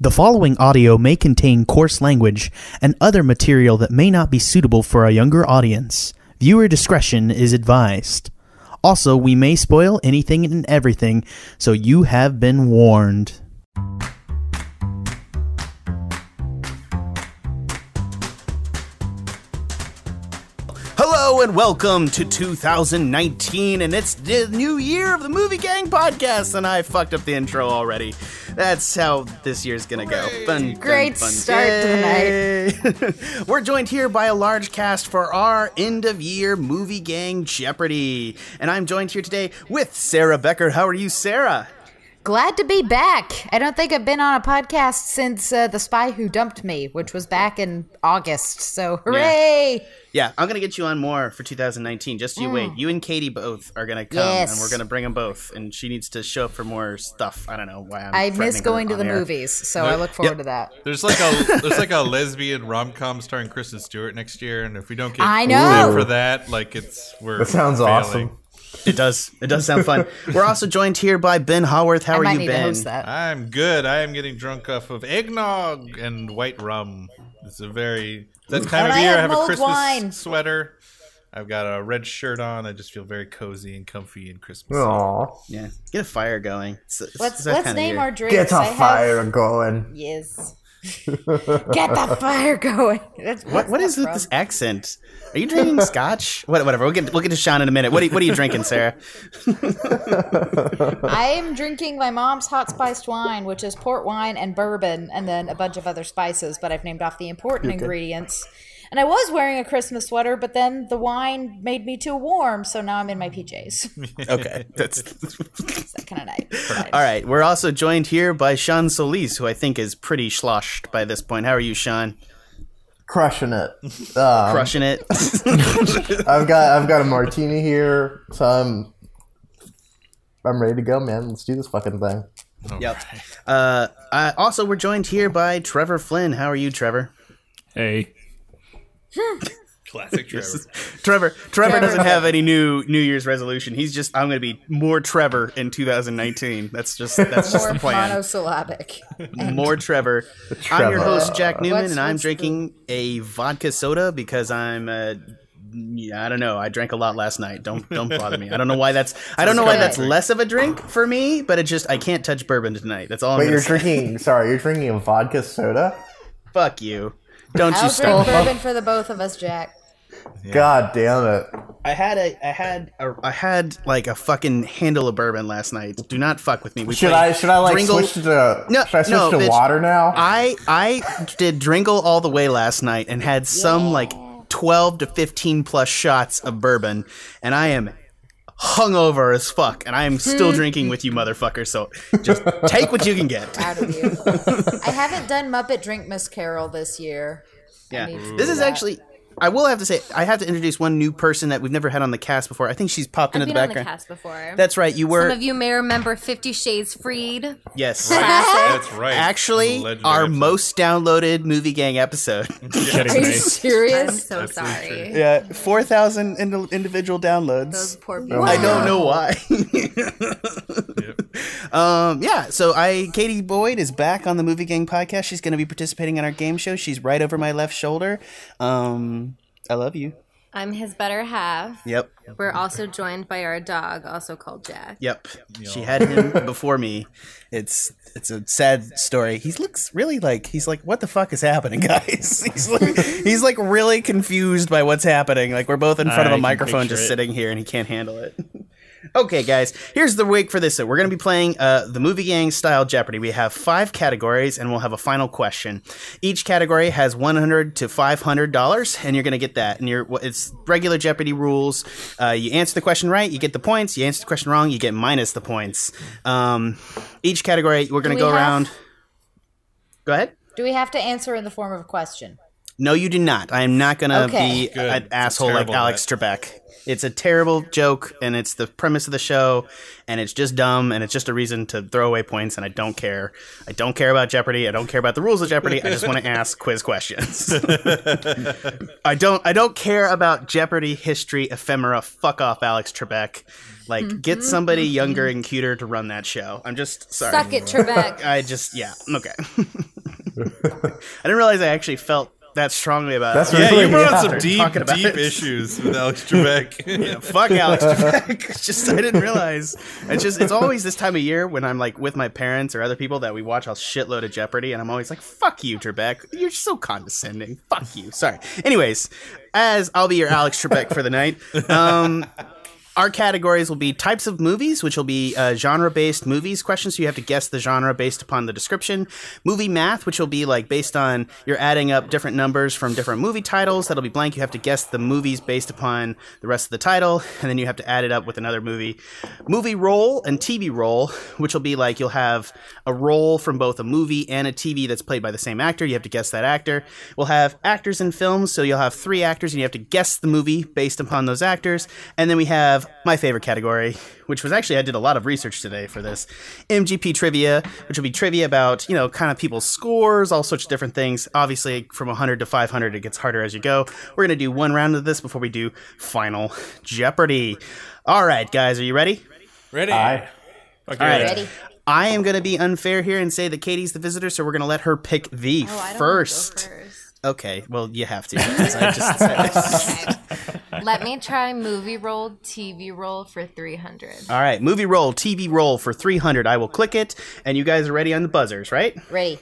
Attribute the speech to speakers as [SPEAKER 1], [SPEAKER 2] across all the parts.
[SPEAKER 1] The following audio may contain coarse language and other material that may not be suitable for a younger audience. Viewer discretion is advised. Also, we may spoil anything and everything, so you have been warned. Hello and welcome to 2019, and it's the new year of the Movie Gang podcast. And I fucked up the intro already. That's how this year's gonna go. Fun,
[SPEAKER 2] Great start to the night.
[SPEAKER 1] night. We're joined here by a large cast for our end of year Movie Gang Jeopardy, and I'm joined here today with Sarah Becker. How are you, Sarah?
[SPEAKER 2] Glad to be back. I don't think I've been on a podcast since uh, The Spy Who Dumped Me, which was back in August. So, hooray!
[SPEAKER 1] Yeah, I'm gonna get you on more for 2019. Just you wait. You and Katie both are gonna come,
[SPEAKER 2] Mm. Yes.
[SPEAKER 1] and we're gonna bring them both. And she needs to show up for more stuff. I don't know why I'm.
[SPEAKER 2] I miss
[SPEAKER 1] threatening her
[SPEAKER 2] going to
[SPEAKER 1] on
[SPEAKER 2] the
[SPEAKER 1] air.
[SPEAKER 2] movies, so I look forward to that.
[SPEAKER 3] There's like a there's like a lesbian rom com starring Kristen Stewart next year, and if we don't get
[SPEAKER 2] I know.
[SPEAKER 3] for that, like it's we're
[SPEAKER 4] That sounds
[SPEAKER 3] failing.
[SPEAKER 4] awesome.
[SPEAKER 1] It does. It does sound fun. we're also joined here by Ben Haworth. How
[SPEAKER 2] I
[SPEAKER 1] are
[SPEAKER 2] might
[SPEAKER 1] you,
[SPEAKER 2] need
[SPEAKER 1] Ben?
[SPEAKER 2] to host that.
[SPEAKER 3] I'm good. I am getting drunk off of eggnog and white rum. It's a very that time
[SPEAKER 2] And
[SPEAKER 3] of
[SPEAKER 2] I
[SPEAKER 3] year.
[SPEAKER 2] have
[SPEAKER 3] I have a
[SPEAKER 2] mulled
[SPEAKER 3] Christmas
[SPEAKER 2] wine.
[SPEAKER 3] sweater. I've got a red shirt on. I just feel very cozy and comfy and Christmas.
[SPEAKER 4] Aw.
[SPEAKER 1] Yeah, get a fire going. It's- it's
[SPEAKER 2] Let's
[SPEAKER 1] that
[SPEAKER 2] let's
[SPEAKER 1] kinda
[SPEAKER 2] name
[SPEAKER 1] year.
[SPEAKER 2] our drinks.
[SPEAKER 4] Get
[SPEAKER 2] I
[SPEAKER 4] a
[SPEAKER 2] have-
[SPEAKER 4] fire going.
[SPEAKER 2] Yes. Get the fire going. That's
[SPEAKER 1] What, what is with this accent? Are you drinking scotch? What, whatever. We'll get we'll get to Sean in a minute. What are, you- what are you drinking, Sarah?
[SPEAKER 2] I am drinking my mom's hot spiced wine, which is port wine and bourbon, and then a bunch of other spices. But I've named off the important ingredients. And I was wearing a Christmas sweater, but then the wine made me too warm, so now I'm in my PJs.
[SPEAKER 1] Okay, that's
[SPEAKER 2] It's that kind of night.
[SPEAKER 1] all right. We're also joined here by Sean Solis, who I think is pretty sloshed by this point. How are you, Sean?
[SPEAKER 4] Crushing it. Um,
[SPEAKER 1] Crushing it.
[SPEAKER 4] I've got I've got a martini here, so I'm I'm ready to go, man. Let's do this fucking thing.
[SPEAKER 1] Yep. Uh, I, also, we're joined here by Trevor Flynn. How are you, Trevor?
[SPEAKER 5] Hey,
[SPEAKER 2] Hmm.
[SPEAKER 3] Classic Trevor.
[SPEAKER 1] Trevor. Trevor
[SPEAKER 2] Trevor.
[SPEAKER 1] doesn't have any new New Year's resolution. He's just I'm going to be more Trevor in 2019. That's just that's just
[SPEAKER 2] More
[SPEAKER 1] the plan.
[SPEAKER 2] monosyllabic.
[SPEAKER 1] More Trevor. I'm your
[SPEAKER 4] Trevor.
[SPEAKER 1] host Jack Newman,
[SPEAKER 2] What's-
[SPEAKER 1] and I'm
[SPEAKER 2] what's the-
[SPEAKER 1] drinking a vodka soda because I'm. Uh, yeah, I don't know. I drank a lot last night. Don't don't bother me. I don't know why that's. I don't know why
[SPEAKER 2] good.
[SPEAKER 1] that's less of a drink for me, but it just I can't touch bourbon tonight. That's all.
[SPEAKER 4] But
[SPEAKER 1] I'm
[SPEAKER 4] you're
[SPEAKER 1] gonna say.
[SPEAKER 4] drinking. Sorry, you're drinking a vodka soda.
[SPEAKER 1] Fuck you. Don't you
[SPEAKER 2] I'll
[SPEAKER 1] start.
[SPEAKER 2] drink bourbon for the both of us, Jack.
[SPEAKER 4] God damn it!
[SPEAKER 1] I had a, I had, a, I had like a fucking handle of bourbon last night. Do not fuck with me. We
[SPEAKER 4] Should
[SPEAKER 1] played
[SPEAKER 4] I should I like
[SPEAKER 1] Dringle-
[SPEAKER 4] switch to
[SPEAKER 1] No,
[SPEAKER 4] should I switch
[SPEAKER 1] no,
[SPEAKER 4] to
[SPEAKER 1] bitch.
[SPEAKER 4] water now?
[SPEAKER 1] I, I did Dringle all the way last night and had some like twelve to fifteen plus shots of bourbon, and I am hungover as fuck, and I am still drinking with you, motherfucker. So just take what you can get.
[SPEAKER 2] Proud of you. I haven't done Muppet Drink Miss Carol this year.
[SPEAKER 1] Yeah,
[SPEAKER 2] need to
[SPEAKER 1] this
[SPEAKER 2] do
[SPEAKER 1] is
[SPEAKER 2] that.
[SPEAKER 1] actually. I will have to say, I have to introduce one new person that we've never had on the cast before. I think she's popped into
[SPEAKER 6] been
[SPEAKER 1] the
[SPEAKER 6] on the
[SPEAKER 1] background.
[SPEAKER 6] cast before.
[SPEAKER 1] That's right, you were.
[SPEAKER 6] Some of you may remember Fifty Shades Freed.
[SPEAKER 1] yes.
[SPEAKER 3] That's right.
[SPEAKER 1] actually
[SPEAKER 3] Legendary
[SPEAKER 1] our
[SPEAKER 3] episode.
[SPEAKER 1] most downloaded movie gang episode.
[SPEAKER 5] getting
[SPEAKER 2] Are you
[SPEAKER 5] me.
[SPEAKER 6] I'm
[SPEAKER 2] serious?
[SPEAKER 6] so
[SPEAKER 3] That's so
[SPEAKER 6] sorry.
[SPEAKER 1] yeah, 4,000 indi- individual
[SPEAKER 6] Those
[SPEAKER 1] downloads.
[SPEAKER 6] poor people.
[SPEAKER 1] I don't know why. um, yeah, so I Katie Boyd is back on the Movie Gang podcast. She's going to be participating in our game show. She's right over my left shoulder. Um, I love you.
[SPEAKER 6] I'm his better half.
[SPEAKER 1] Yep.
[SPEAKER 6] We're also joined by our dog, also called Jack.
[SPEAKER 1] Yep. She had him before me. It's it's a sad story. He looks really like he's like, what the fuck is happening, guys? He's like he's like really confused by what's happening. Like we're both in front
[SPEAKER 5] I
[SPEAKER 1] of a
[SPEAKER 5] can
[SPEAKER 1] microphone
[SPEAKER 5] picture
[SPEAKER 1] just
[SPEAKER 5] it.
[SPEAKER 1] sitting here and he can't handle it. Okay, guys, here's the week for this. So we're going to be playing uh, the movie gang style Jeopardy. We have five categories, and we'll have a final question. Each category has 100 to 500 dollars, and you're going to get that. And you're, it's regular Jeopardy rules. Uh, you answer the question right, you get the points. You answer the question wrong, you get minus the points. Um, each category, we're going to
[SPEAKER 2] we
[SPEAKER 1] go
[SPEAKER 2] have-
[SPEAKER 1] around. Go ahead.
[SPEAKER 2] Do we have to answer in the form of a question?
[SPEAKER 1] No, you do not. I am not going to
[SPEAKER 2] Okay.
[SPEAKER 1] be
[SPEAKER 3] Good.
[SPEAKER 1] an
[SPEAKER 3] It's
[SPEAKER 1] asshole like
[SPEAKER 3] terrible,
[SPEAKER 1] Alex Trebek. It's a terrible joke, and it's the premise of the show, and it's just dumb, and it's just a reason to throw away points, and I don't care. I don't care about Jeopardy. I don't care about the rules of Jeopardy. I just want to ask quiz questions. I don't. I don't care about Jeopardy history ephemera. Fuck off, Alex Trebek. Like, get somebody
[SPEAKER 6] Oh,
[SPEAKER 1] younger and cuter to run that show. I'm just sorry.
[SPEAKER 6] Suck it, Trebek.
[SPEAKER 1] I just yeah. Okay. I didn't realize I actually felt that strongly about
[SPEAKER 4] That's
[SPEAKER 1] it.
[SPEAKER 3] Yeah, you
[SPEAKER 4] really
[SPEAKER 3] brought up
[SPEAKER 4] out
[SPEAKER 3] some
[SPEAKER 4] there
[SPEAKER 3] deep,
[SPEAKER 1] talking about
[SPEAKER 3] deep
[SPEAKER 1] it.
[SPEAKER 3] issues with Alex Trebek.
[SPEAKER 1] Fuck Alex Trebek. It's just I didn't realize. It's just it's always this time of year when I'm like with my parents or other people that we watch a shitload of Jeopardy, and I'm always like, "Fuck you, Trebek. You're so condescending. Fuck you." Sorry. Anyways, as I'll be your Alex Trebek for the night. Um, our categories will be types of movies, which will be uh, genre-based movies questions. So you have to guess the genre based upon the description. Movie math, which will be like based on you're adding up different numbers from different movie titles. That'll be blank. You have to guess the movies based upon the rest of the title, and then you have to add it up with another movie. Movie role and TV role, which will be like you'll have a role from both a movie and a TV that's played by the same actor. You have to guess that actor. We'll have actors in films, so you'll have three actors, and you have to guess the movie based upon those actors. And then we have my favorite category, which was actually I did a lot of research today for this MGP trivia, which will be trivia about you know kind of people's scores, all sorts of different things. Obviously, from 100 to 500, it gets harder as you go. We're gonna do one round of this before we do final Jeopardy. All right, guys, are you ready?
[SPEAKER 3] Ready?
[SPEAKER 4] I,
[SPEAKER 3] Okay.
[SPEAKER 1] All right.
[SPEAKER 2] Ready?
[SPEAKER 1] I am going to be unfair here and say that Katie's the visitor, so we're going to let her pick the
[SPEAKER 6] Oh, I don't wanna go
[SPEAKER 1] first.
[SPEAKER 6] first.
[SPEAKER 1] Okay, well, you have to. 'cause I just said-
[SPEAKER 6] Let me try movie roll, TV roll for 300.
[SPEAKER 1] All right, movie roll, TV roll for 300. I will click it, and you guys are ready on the buzzers, right?
[SPEAKER 2] Ready.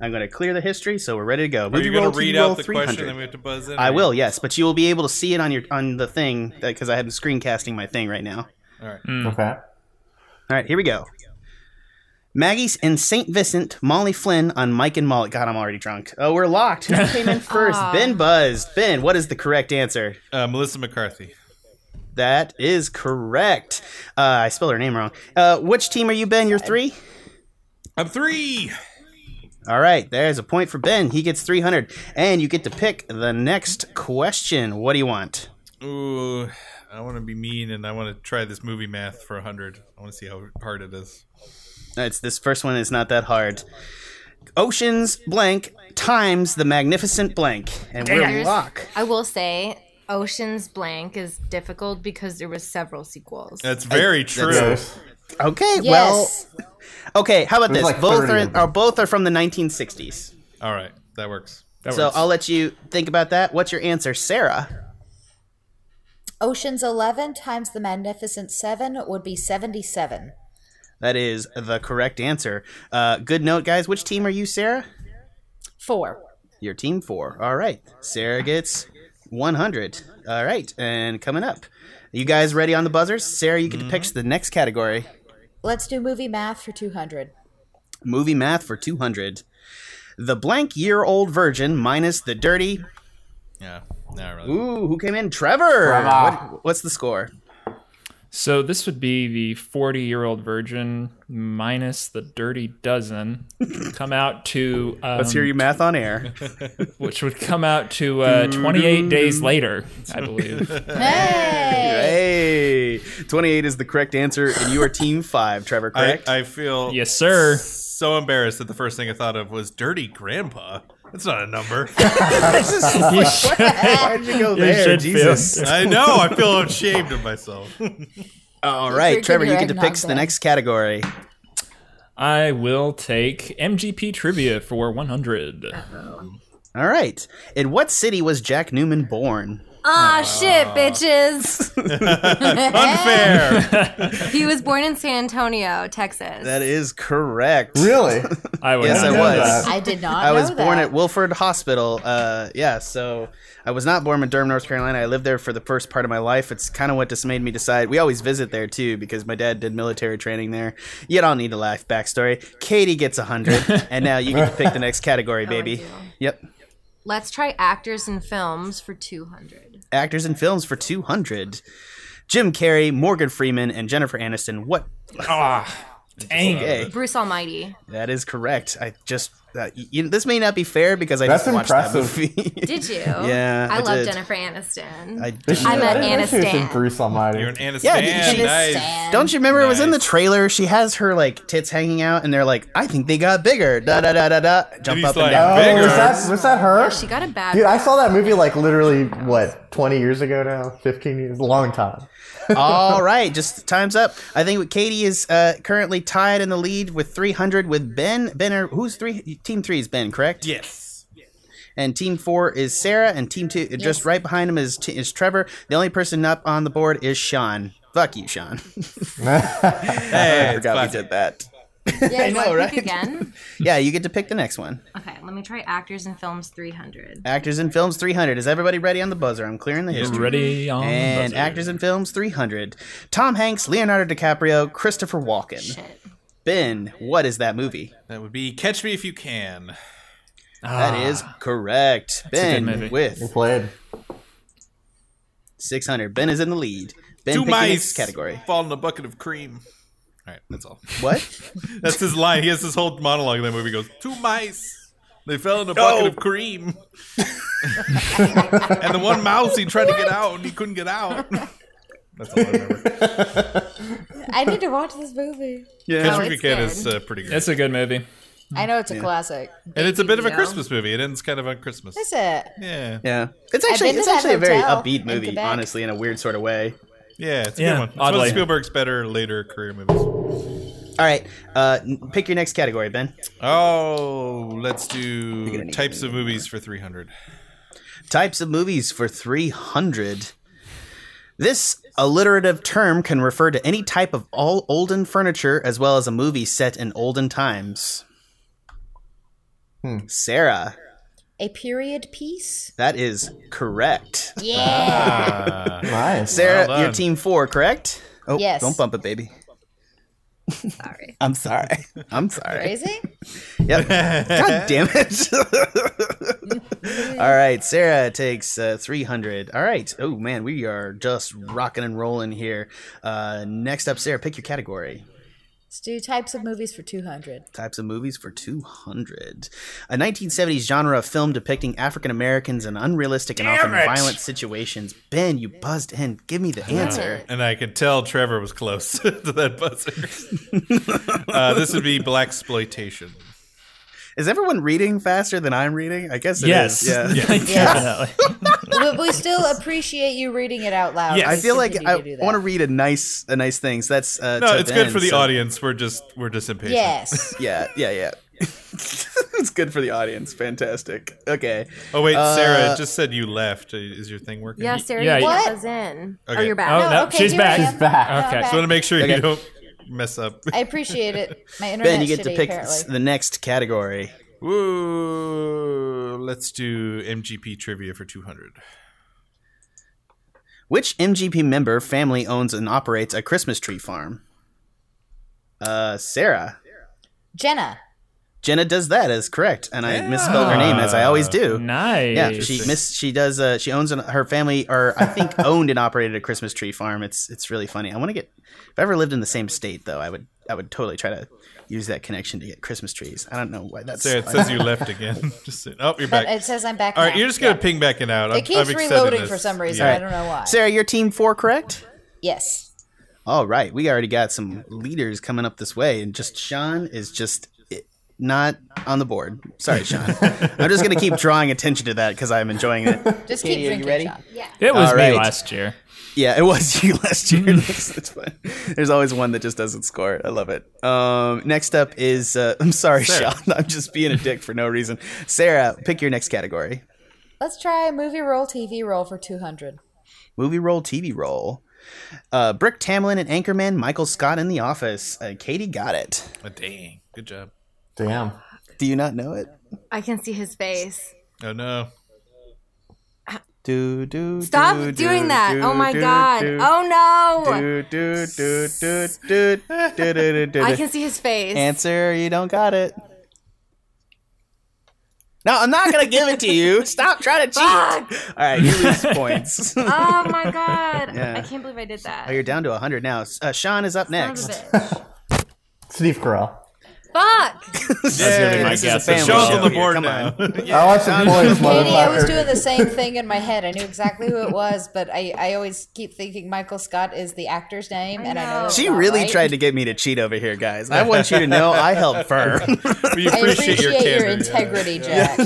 [SPEAKER 1] I'm going to clear the history, so we're ready to go.
[SPEAKER 3] Are
[SPEAKER 1] Movie
[SPEAKER 3] you going
[SPEAKER 1] roll,
[SPEAKER 3] to read
[SPEAKER 1] TV roll,
[SPEAKER 3] out the question
[SPEAKER 1] 300.
[SPEAKER 3] then we have to buzz in?
[SPEAKER 1] I
[SPEAKER 3] or-
[SPEAKER 1] will, yes, but you will be able to see it on your on the thing because I am screencasting my thing right now.
[SPEAKER 3] All right.
[SPEAKER 4] okay.
[SPEAKER 1] All right, here we go. Maggie's in St. Vincent, Molly Flynn on Mike and Molly. God, I'm already drunk. Oh, we're locked. Who came in first? ben buzzed. Ben, what is the correct answer?
[SPEAKER 3] Uh, Melissa McCarthy.
[SPEAKER 1] That is correct. Uh, I spelled her name wrong. Uh, which team are you, Ben? You're three?
[SPEAKER 3] I'm three.
[SPEAKER 1] All right, there's a point for Ben. He gets 300. And you get to pick the next question. What do you want?
[SPEAKER 3] Ooh, I want to be mean and I want to try this movie math for 100. I want to see how hard it is.
[SPEAKER 1] It's this first one is not that hard. Oceans blank times the magnificent blank, and we're
[SPEAKER 6] Here's-
[SPEAKER 1] locked.
[SPEAKER 6] I will say Ocean's Blank is difficult because there was several sequels.
[SPEAKER 3] That's very true.
[SPEAKER 4] Yes.
[SPEAKER 1] Okay, well,
[SPEAKER 2] Yes.
[SPEAKER 1] Okay, how about this?
[SPEAKER 4] There's like
[SPEAKER 1] both
[SPEAKER 4] 30
[SPEAKER 1] are,
[SPEAKER 4] of them.
[SPEAKER 1] are both are from the 1960s.
[SPEAKER 3] All right, that works.
[SPEAKER 5] That
[SPEAKER 1] So
[SPEAKER 5] works.
[SPEAKER 1] I'll let you think about that. What's your answer, Sarah?
[SPEAKER 2] Ocean's Eleven times the Magnificent Seven would be seventy-seven.
[SPEAKER 1] That is the correct answer. Uh, good note, guys. Which team are you, Sarah?
[SPEAKER 2] Four.
[SPEAKER 1] Your team four. All right. Sarah gets 100. All right. And coming up, you guys ready on the buzzers? Sarah, you get to pick the next category.
[SPEAKER 2] Let's do movie math for two hundred.
[SPEAKER 1] Movie math for 200. The blank year old virgin minus the dirty.
[SPEAKER 3] Yeah. Nah, really.
[SPEAKER 1] Ooh, who came in? Trevor.
[SPEAKER 4] Trevor.
[SPEAKER 1] What- what's the score?
[SPEAKER 5] So this would be the 40 year old virgin minus the dirty dozen, come out to um,
[SPEAKER 1] Let's hear you math on air.
[SPEAKER 5] which would come out to uh, 28 days later, I believe.
[SPEAKER 2] Hey.
[SPEAKER 1] Hey, 28 is the correct answer, and you are team five, Trevor,
[SPEAKER 3] I,
[SPEAKER 1] correct?
[SPEAKER 3] I feel
[SPEAKER 5] yes, sir.
[SPEAKER 3] so embarrassed that the first thing I thought of was Dirty Grandpa. That's not a number.
[SPEAKER 1] This is just
[SPEAKER 5] You
[SPEAKER 1] like,
[SPEAKER 5] should-
[SPEAKER 1] why'd you go
[SPEAKER 5] you
[SPEAKER 1] Uh, there,
[SPEAKER 5] should feel-
[SPEAKER 1] Jesus?
[SPEAKER 3] I know. I feel ashamed of myself.
[SPEAKER 1] All right,
[SPEAKER 2] You're
[SPEAKER 1] Trevor, you
[SPEAKER 2] giving
[SPEAKER 1] get to
[SPEAKER 2] your
[SPEAKER 1] pick
[SPEAKER 2] eggnog
[SPEAKER 1] the
[SPEAKER 2] then.
[SPEAKER 1] next category.
[SPEAKER 5] I will take MGP trivia for 100.
[SPEAKER 1] All right. In what city was Jack Newman born?
[SPEAKER 6] Ah, shit, bitches.
[SPEAKER 3] Unfair.
[SPEAKER 6] he was born in San Antonio, Texas.
[SPEAKER 1] That is correct.
[SPEAKER 4] Really?
[SPEAKER 5] I would
[SPEAKER 1] Yes,
[SPEAKER 5] not
[SPEAKER 1] I
[SPEAKER 5] know
[SPEAKER 1] was.
[SPEAKER 5] that.
[SPEAKER 2] I did not.
[SPEAKER 1] I was
[SPEAKER 2] know
[SPEAKER 1] born
[SPEAKER 2] that.
[SPEAKER 1] at Wilford Hospital. Uh, yeah, so I was not born in Durham, North Carolina. I lived there for the first part of my life. It's kind of what just made me decide. We always visit there too because my dad did military training there. You don't need a life backstory. Katie gets a hundred, and now you get to pick the next category, baby.
[SPEAKER 6] do.
[SPEAKER 1] Yep,
[SPEAKER 6] Let's try actors in films for 200.
[SPEAKER 1] actors in films for two hundred. Jim Carrey, Morgan Freeman, and Jennifer Aniston. What?
[SPEAKER 5] Ah, dang it.
[SPEAKER 1] Hey,
[SPEAKER 6] Bruce Almighty.
[SPEAKER 1] that is correct. I just uh, you, this may not be fair because I
[SPEAKER 4] That's
[SPEAKER 1] just watched
[SPEAKER 4] impressive.
[SPEAKER 1] that movie.
[SPEAKER 6] Did you?
[SPEAKER 1] Yeah, I
[SPEAKER 6] I, love
[SPEAKER 1] did.
[SPEAKER 6] Jennifer Aniston.
[SPEAKER 1] I
[SPEAKER 6] I'm
[SPEAKER 4] Yeah,
[SPEAKER 6] a
[SPEAKER 4] I didn't know she was in
[SPEAKER 6] Anistan.
[SPEAKER 4] Bruce Almighty.
[SPEAKER 3] You're an Anna
[SPEAKER 1] Yeah,
[SPEAKER 3] Stan.
[SPEAKER 1] she-
[SPEAKER 3] Nice.
[SPEAKER 2] Stan.
[SPEAKER 1] Don't you remember it was in the
[SPEAKER 3] Nice.
[SPEAKER 1] trailer? She has her like tits hanging out, and they're like, "I think they got bigger." Da da da da da. Jump
[SPEAKER 3] he's
[SPEAKER 1] up and
[SPEAKER 3] like,
[SPEAKER 1] down.
[SPEAKER 4] Oh,
[SPEAKER 3] Bigger.
[SPEAKER 4] was that was that her?
[SPEAKER 6] she got a bad.
[SPEAKER 4] Dude, I saw that movie like literally what twenty years ago now, fifteen years, a long time.
[SPEAKER 1] All right, just time's up. I think Katie is uh, currently tied in the lead with 300 with Ben. Ben, are, who's three? Team three is Ben, correct?
[SPEAKER 3] Yes.
[SPEAKER 1] And team four is Sarah, and team two, just right behind him is is Trevor. The only person up on the board is Sean. Fuck you, Sean. I
[SPEAKER 3] Hey,
[SPEAKER 1] forgot we did that.
[SPEAKER 6] Yeah,
[SPEAKER 1] I
[SPEAKER 6] do
[SPEAKER 1] know,
[SPEAKER 6] pick
[SPEAKER 1] right?
[SPEAKER 6] Again.
[SPEAKER 1] Yeah, you get to pick the next one.
[SPEAKER 6] Okay, let me try actors and films 300.
[SPEAKER 1] Actors in Films 300. Is everybody ready on the buzzer? I'm clearing the history.
[SPEAKER 5] Ready on. the
[SPEAKER 1] And
[SPEAKER 5] buzzer.
[SPEAKER 1] Actors in Films 300. Tom Hanks, Leonardo DiCaprio, Christopher Walken.
[SPEAKER 6] Shit.
[SPEAKER 1] Ben, what is that movie?
[SPEAKER 3] that would be Catch Me If You Can.
[SPEAKER 1] That is correct.
[SPEAKER 5] Ah. a
[SPEAKER 1] Ben
[SPEAKER 5] good movie.
[SPEAKER 4] Well
[SPEAKER 1] with
[SPEAKER 4] played.
[SPEAKER 1] 600. Ben is in the lead. Ben
[SPEAKER 3] Two
[SPEAKER 1] pick the next
[SPEAKER 3] mice
[SPEAKER 1] category.
[SPEAKER 3] fall in a bucket of cream. All right, that's all.
[SPEAKER 1] What?
[SPEAKER 3] That's his line. He has this whole monologue in that movie. He goes, Two mice. They fell in a bucket of cream. and the one mouse he tried to get out and he couldn't get out. That's all I remember.
[SPEAKER 2] I need to watch this movie.
[SPEAKER 3] Catch
[SPEAKER 6] Oh,
[SPEAKER 3] Me If You
[SPEAKER 6] it's
[SPEAKER 3] Can
[SPEAKER 6] good.
[SPEAKER 3] is uh, pretty good.
[SPEAKER 5] It's a good movie.
[SPEAKER 2] I know it's a classic.
[SPEAKER 3] and it's a bit of a
[SPEAKER 6] Baby
[SPEAKER 3] Christmas movie. It ends kind of on Christmas.
[SPEAKER 2] Is it?
[SPEAKER 3] Yeah.
[SPEAKER 1] Yeah. It's actually
[SPEAKER 2] been to
[SPEAKER 1] it's
[SPEAKER 2] that
[SPEAKER 1] actually a very
[SPEAKER 2] hotel
[SPEAKER 1] upbeat
[SPEAKER 2] in
[SPEAKER 1] movie,
[SPEAKER 2] Quebec.
[SPEAKER 1] honestly, in a weird sort of way.
[SPEAKER 3] Yeah, it's a
[SPEAKER 5] Yeah,
[SPEAKER 3] good one. It's one of
[SPEAKER 5] oddly.
[SPEAKER 3] Spielberg's better later career movies.
[SPEAKER 1] All right. Uh, n- pick your next category, Ben.
[SPEAKER 3] Oh, let's
[SPEAKER 1] gonna
[SPEAKER 3] do
[SPEAKER 1] need
[SPEAKER 3] types of movies for 300.
[SPEAKER 1] Types of movies for 300. This alliterative term can refer to any type of all olden furniture as well as a movie set in olden times.
[SPEAKER 3] Hmm.
[SPEAKER 1] Sarah,
[SPEAKER 2] A period piece?
[SPEAKER 1] that is correct.
[SPEAKER 2] Yeah.
[SPEAKER 4] Nice.
[SPEAKER 1] Sarah,
[SPEAKER 3] Well
[SPEAKER 1] your
[SPEAKER 3] done.
[SPEAKER 1] team four, correct? Oh,
[SPEAKER 2] Yes.
[SPEAKER 1] Don't bump it, baby.
[SPEAKER 6] Sorry.
[SPEAKER 1] I'm sorry. I'm sorry.
[SPEAKER 2] Crazy?
[SPEAKER 1] Yep. God damn it. All right, Sarah takes uh, 300. All right. Oh, man, we are just rocking and rolling here. Uh, next up, Sarah, pick your category.
[SPEAKER 2] Let's do types of movies for 200.
[SPEAKER 1] Types of movies for 200. A 1970s genre of film depicting African Americans in unrealistic and often violent situations. Ben, you buzzed in. Give me the answer.
[SPEAKER 3] And I could tell Trevor was close to that buzzer. uh, this would be Black Exploitation.
[SPEAKER 1] Is everyone reading faster than I'm reading? I guess it is.
[SPEAKER 5] Yes.
[SPEAKER 1] Yeah.
[SPEAKER 5] Definitely.
[SPEAKER 2] but we still appreciate you reading it out loud.
[SPEAKER 5] Yes.
[SPEAKER 1] I feel like
[SPEAKER 2] Continue
[SPEAKER 1] I
[SPEAKER 2] to do that.
[SPEAKER 1] want to read a nice, a nice thing. So that's uh,
[SPEAKER 3] No,
[SPEAKER 1] to
[SPEAKER 3] it's good
[SPEAKER 1] Ben,
[SPEAKER 3] for the
[SPEAKER 1] so-
[SPEAKER 3] audience. We're just we're just impatient.
[SPEAKER 2] Yes.
[SPEAKER 1] Yeah, yeah, yeah. it's good for the audience. Fantastic. Okay.
[SPEAKER 3] Oh wait, Sarah,
[SPEAKER 1] Uh,
[SPEAKER 3] it just said you left. Uh, Is your thing working?
[SPEAKER 6] Yeah, Sarah,
[SPEAKER 5] Yeah,
[SPEAKER 6] you
[SPEAKER 5] you-
[SPEAKER 6] got those in. Oh,
[SPEAKER 3] Okay.
[SPEAKER 6] you're
[SPEAKER 5] Oh,
[SPEAKER 6] back.
[SPEAKER 5] no,
[SPEAKER 2] okay,
[SPEAKER 5] she's
[SPEAKER 2] here I
[SPEAKER 5] back.
[SPEAKER 2] am.
[SPEAKER 4] She's back.
[SPEAKER 5] Okay.
[SPEAKER 2] back.
[SPEAKER 3] So I want to make sure
[SPEAKER 1] Okay.
[SPEAKER 3] you don't mess up.
[SPEAKER 2] I appreciate it. My internet
[SPEAKER 1] Ben, you get to
[SPEAKER 2] shitty,
[SPEAKER 1] pick
[SPEAKER 2] apparently.
[SPEAKER 1] s- the next category.
[SPEAKER 3] Woo! Let's do MGP trivia for 200.
[SPEAKER 1] Which MGP member family owns and operates a Christmas tree farm? Uh, Sarah.
[SPEAKER 2] Jenna.
[SPEAKER 1] Jenna does that is correct, and I misspelled her name as I always do.
[SPEAKER 5] Ah, nice.
[SPEAKER 1] Yeah, she miss she does uh she owns an, her family or I think owned and operated a Christmas tree farm. It's it's really funny. I want to get if I ever lived in the same state though, I would I would totally try to use that connection to get Christmas trees. I don't know why that's
[SPEAKER 3] Sarah, it says you left again. just say, oh, you're
[SPEAKER 2] But
[SPEAKER 3] back.
[SPEAKER 2] it says I'm back.
[SPEAKER 3] All right,
[SPEAKER 2] now.
[SPEAKER 3] you're just gonna
[SPEAKER 2] Yeah.
[SPEAKER 3] ping back and out. I'm,
[SPEAKER 2] It keeps
[SPEAKER 3] I'm accepting
[SPEAKER 2] reloading for
[SPEAKER 3] this.
[SPEAKER 2] some reason.
[SPEAKER 3] Yeah.
[SPEAKER 2] I don't know why.
[SPEAKER 1] Sarah, your team 4 correct?
[SPEAKER 2] yes.
[SPEAKER 1] All right, we already got some leaders coming up this way, and just Sean is just i- not on the board. Sorry, Sean. I'm just gonna keep drawing attention to that because I'm enjoying it.
[SPEAKER 2] Just keep
[SPEAKER 1] Katie, are you
[SPEAKER 2] drinking.
[SPEAKER 1] ready?
[SPEAKER 2] Sean.
[SPEAKER 5] It was
[SPEAKER 1] All right.
[SPEAKER 5] me last year.
[SPEAKER 1] Yeah, it was you last year. That's that's fine. There's always one that just doesn't score. I love it. Um, next up is uh, I'm sorry, Sean. I'm just being a dick for no reason. Sarah, pick your next category.
[SPEAKER 2] Let's try movie roll, TV roll for 200.
[SPEAKER 1] Movie role, TV role. Uh, Brick Tamlin and Anchorman, Michael Scott in The Office. Uh, Katie got it.
[SPEAKER 3] Oh, dang, good job.
[SPEAKER 4] Damn.
[SPEAKER 1] Do you not know it?
[SPEAKER 6] I can see his face.
[SPEAKER 3] Oh no.
[SPEAKER 1] Do do.
[SPEAKER 6] Stop
[SPEAKER 1] do,
[SPEAKER 6] doing
[SPEAKER 1] do,
[SPEAKER 6] that.
[SPEAKER 1] do,
[SPEAKER 6] oh my
[SPEAKER 1] do,
[SPEAKER 6] god.
[SPEAKER 1] do,
[SPEAKER 6] oh no.
[SPEAKER 1] Do do do do do do do do do.
[SPEAKER 6] I can see his face.
[SPEAKER 1] Answer, you don't got it. No, I'm not gonna give it to you. Stop trying to
[SPEAKER 6] Fuck!
[SPEAKER 1] cheat. All right, you lose points. oh,
[SPEAKER 6] Oh my god.
[SPEAKER 1] Yeah.
[SPEAKER 6] I can't believe I did that.
[SPEAKER 1] you're down to 100 now. Uh, Sean is up
[SPEAKER 6] Son of a
[SPEAKER 1] next.
[SPEAKER 6] bitch.
[SPEAKER 4] Steve Carell.
[SPEAKER 6] Fuck.
[SPEAKER 5] That's gonna be my
[SPEAKER 1] this is a
[SPEAKER 5] guess.
[SPEAKER 1] family
[SPEAKER 3] Sean's
[SPEAKER 1] show
[SPEAKER 3] on the
[SPEAKER 1] here,
[SPEAKER 3] board
[SPEAKER 1] come
[SPEAKER 3] now.
[SPEAKER 1] on.
[SPEAKER 4] I want some
[SPEAKER 2] Katie,
[SPEAKER 4] points,
[SPEAKER 2] I was
[SPEAKER 4] motherfucker.
[SPEAKER 2] doing the same thing in my head. I knew exactly who it was, but I, I always keep thinking Michael Scott is the actor's name, and I know
[SPEAKER 6] know.
[SPEAKER 2] that's
[SPEAKER 1] She
[SPEAKER 2] not
[SPEAKER 1] really
[SPEAKER 2] right.
[SPEAKER 1] tried to get me to cheat over here, guys. I want you to know I helped her.
[SPEAKER 3] we
[SPEAKER 2] I appreciate,
[SPEAKER 3] appreciate, your,
[SPEAKER 2] your,
[SPEAKER 3] candor, yeah.
[SPEAKER 2] integrity, Jack,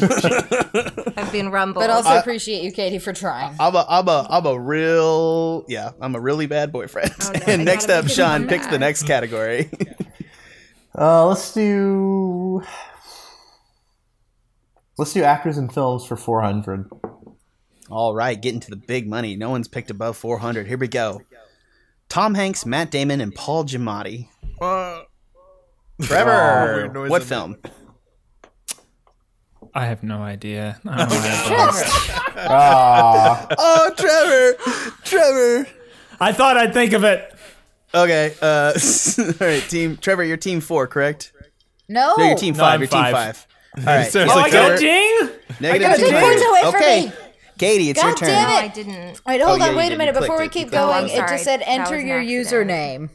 [SPEAKER 6] I've been rumbled.
[SPEAKER 2] but also appreciate you, Katie, for trying.
[SPEAKER 1] I'm a, I'm a, I'm a real, yeah, I'm a really bad boyfriend.
[SPEAKER 2] Oh,
[SPEAKER 1] and
[SPEAKER 6] I
[SPEAKER 1] next
[SPEAKER 6] gotta
[SPEAKER 1] up,
[SPEAKER 6] make it
[SPEAKER 1] Sean
[SPEAKER 6] come
[SPEAKER 1] picks the
[SPEAKER 6] back.
[SPEAKER 1] next category.
[SPEAKER 4] Uh, let's do. Let's do actors and films for 400.
[SPEAKER 1] All right, getting to the big money. No one's picked above 400. Here we go. Tom Hanks, Matt Damon, and Paul Giamatti.
[SPEAKER 3] Uh,
[SPEAKER 1] Trevor,
[SPEAKER 3] weird noise
[SPEAKER 1] what
[SPEAKER 3] in
[SPEAKER 1] film?
[SPEAKER 5] I have no idea. I don't know what happened.
[SPEAKER 2] Trevor.
[SPEAKER 4] Ah,
[SPEAKER 1] oh, Trevor, Trevor.
[SPEAKER 5] I thought I'd think of it.
[SPEAKER 1] Okay. Uh, all right, team Trevor. You're team four, correct?
[SPEAKER 2] No.
[SPEAKER 1] No, you're team
[SPEAKER 5] No,
[SPEAKER 1] five.
[SPEAKER 5] I'm
[SPEAKER 1] you're team
[SPEAKER 5] five.
[SPEAKER 1] five. All right.
[SPEAKER 3] Sounds
[SPEAKER 5] Oh,
[SPEAKER 3] like
[SPEAKER 5] I got
[SPEAKER 1] Trevor,
[SPEAKER 5] a ding.
[SPEAKER 1] negative
[SPEAKER 2] I got
[SPEAKER 1] two
[SPEAKER 2] two points
[SPEAKER 1] Trevor.
[SPEAKER 2] away from
[SPEAKER 1] okay.
[SPEAKER 2] me.
[SPEAKER 1] Katie, it's your
[SPEAKER 2] God
[SPEAKER 1] turn.
[SPEAKER 2] damn
[SPEAKER 6] No,
[SPEAKER 2] it.
[SPEAKER 6] Oh, I didn't.
[SPEAKER 2] Wait, hold
[SPEAKER 1] Oh,
[SPEAKER 2] on.
[SPEAKER 1] yeah,
[SPEAKER 2] wait
[SPEAKER 1] you
[SPEAKER 2] a minute.
[SPEAKER 1] clicked
[SPEAKER 2] Before
[SPEAKER 1] it.
[SPEAKER 2] we
[SPEAKER 1] You
[SPEAKER 2] keep
[SPEAKER 1] clicked it.
[SPEAKER 2] going,
[SPEAKER 6] Oh,
[SPEAKER 2] it
[SPEAKER 6] I'm
[SPEAKER 2] just
[SPEAKER 6] sorry.
[SPEAKER 2] said
[SPEAKER 6] That
[SPEAKER 2] enter
[SPEAKER 6] was an
[SPEAKER 2] your
[SPEAKER 6] accident.
[SPEAKER 2] username.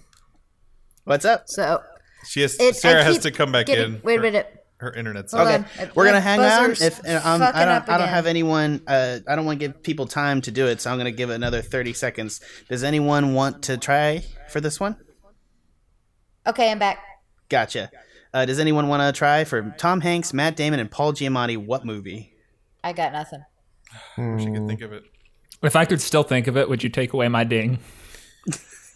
[SPEAKER 1] What's up?
[SPEAKER 2] So
[SPEAKER 3] she has,
[SPEAKER 2] it,
[SPEAKER 3] Sarah
[SPEAKER 2] I
[SPEAKER 3] has
[SPEAKER 2] keep
[SPEAKER 3] to come back
[SPEAKER 2] getting-
[SPEAKER 3] in.
[SPEAKER 2] Wait a
[SPEAKER 3] Her-
[SPEAKER 2] minute.
[SPEAKER 3] Her internet's
[SPEAKER 2] Hold
[SPEAKER 1] okay,
[SPEAKER 2] on. Uh,
[SPEAKER 1] we're gonna
[SPEAKER 2] my
[SPEAKER 1] hang out.
[SPEAKER 2] buzzer's
[SPEAKER 1] If and I'm,
[SPEAKER 2] fucking
[SPEAKER 1] I
[SPEAKER 2] up
[SPEAKER 1] don't, I don't
[SPEAKER 2] again.
[SPEAKER 1] have anyone. Uh, I don't want to give people time to do it, so I'm gonna give it another 30 seconds. Does anyone want to try for this one?
[SPEAKER 2] Okay, I'm back.
[SPEAKER 1] Gotcha. Uh, does anyone want to try for Tom Hanks, Matt Damon, and Paul Giamatti? What movie?
[SPEAKER 2] I got nothing.
[SPEAKER 3] she can think of it.
[SPEAKER 5] If I could still think of it, would you take away my ding?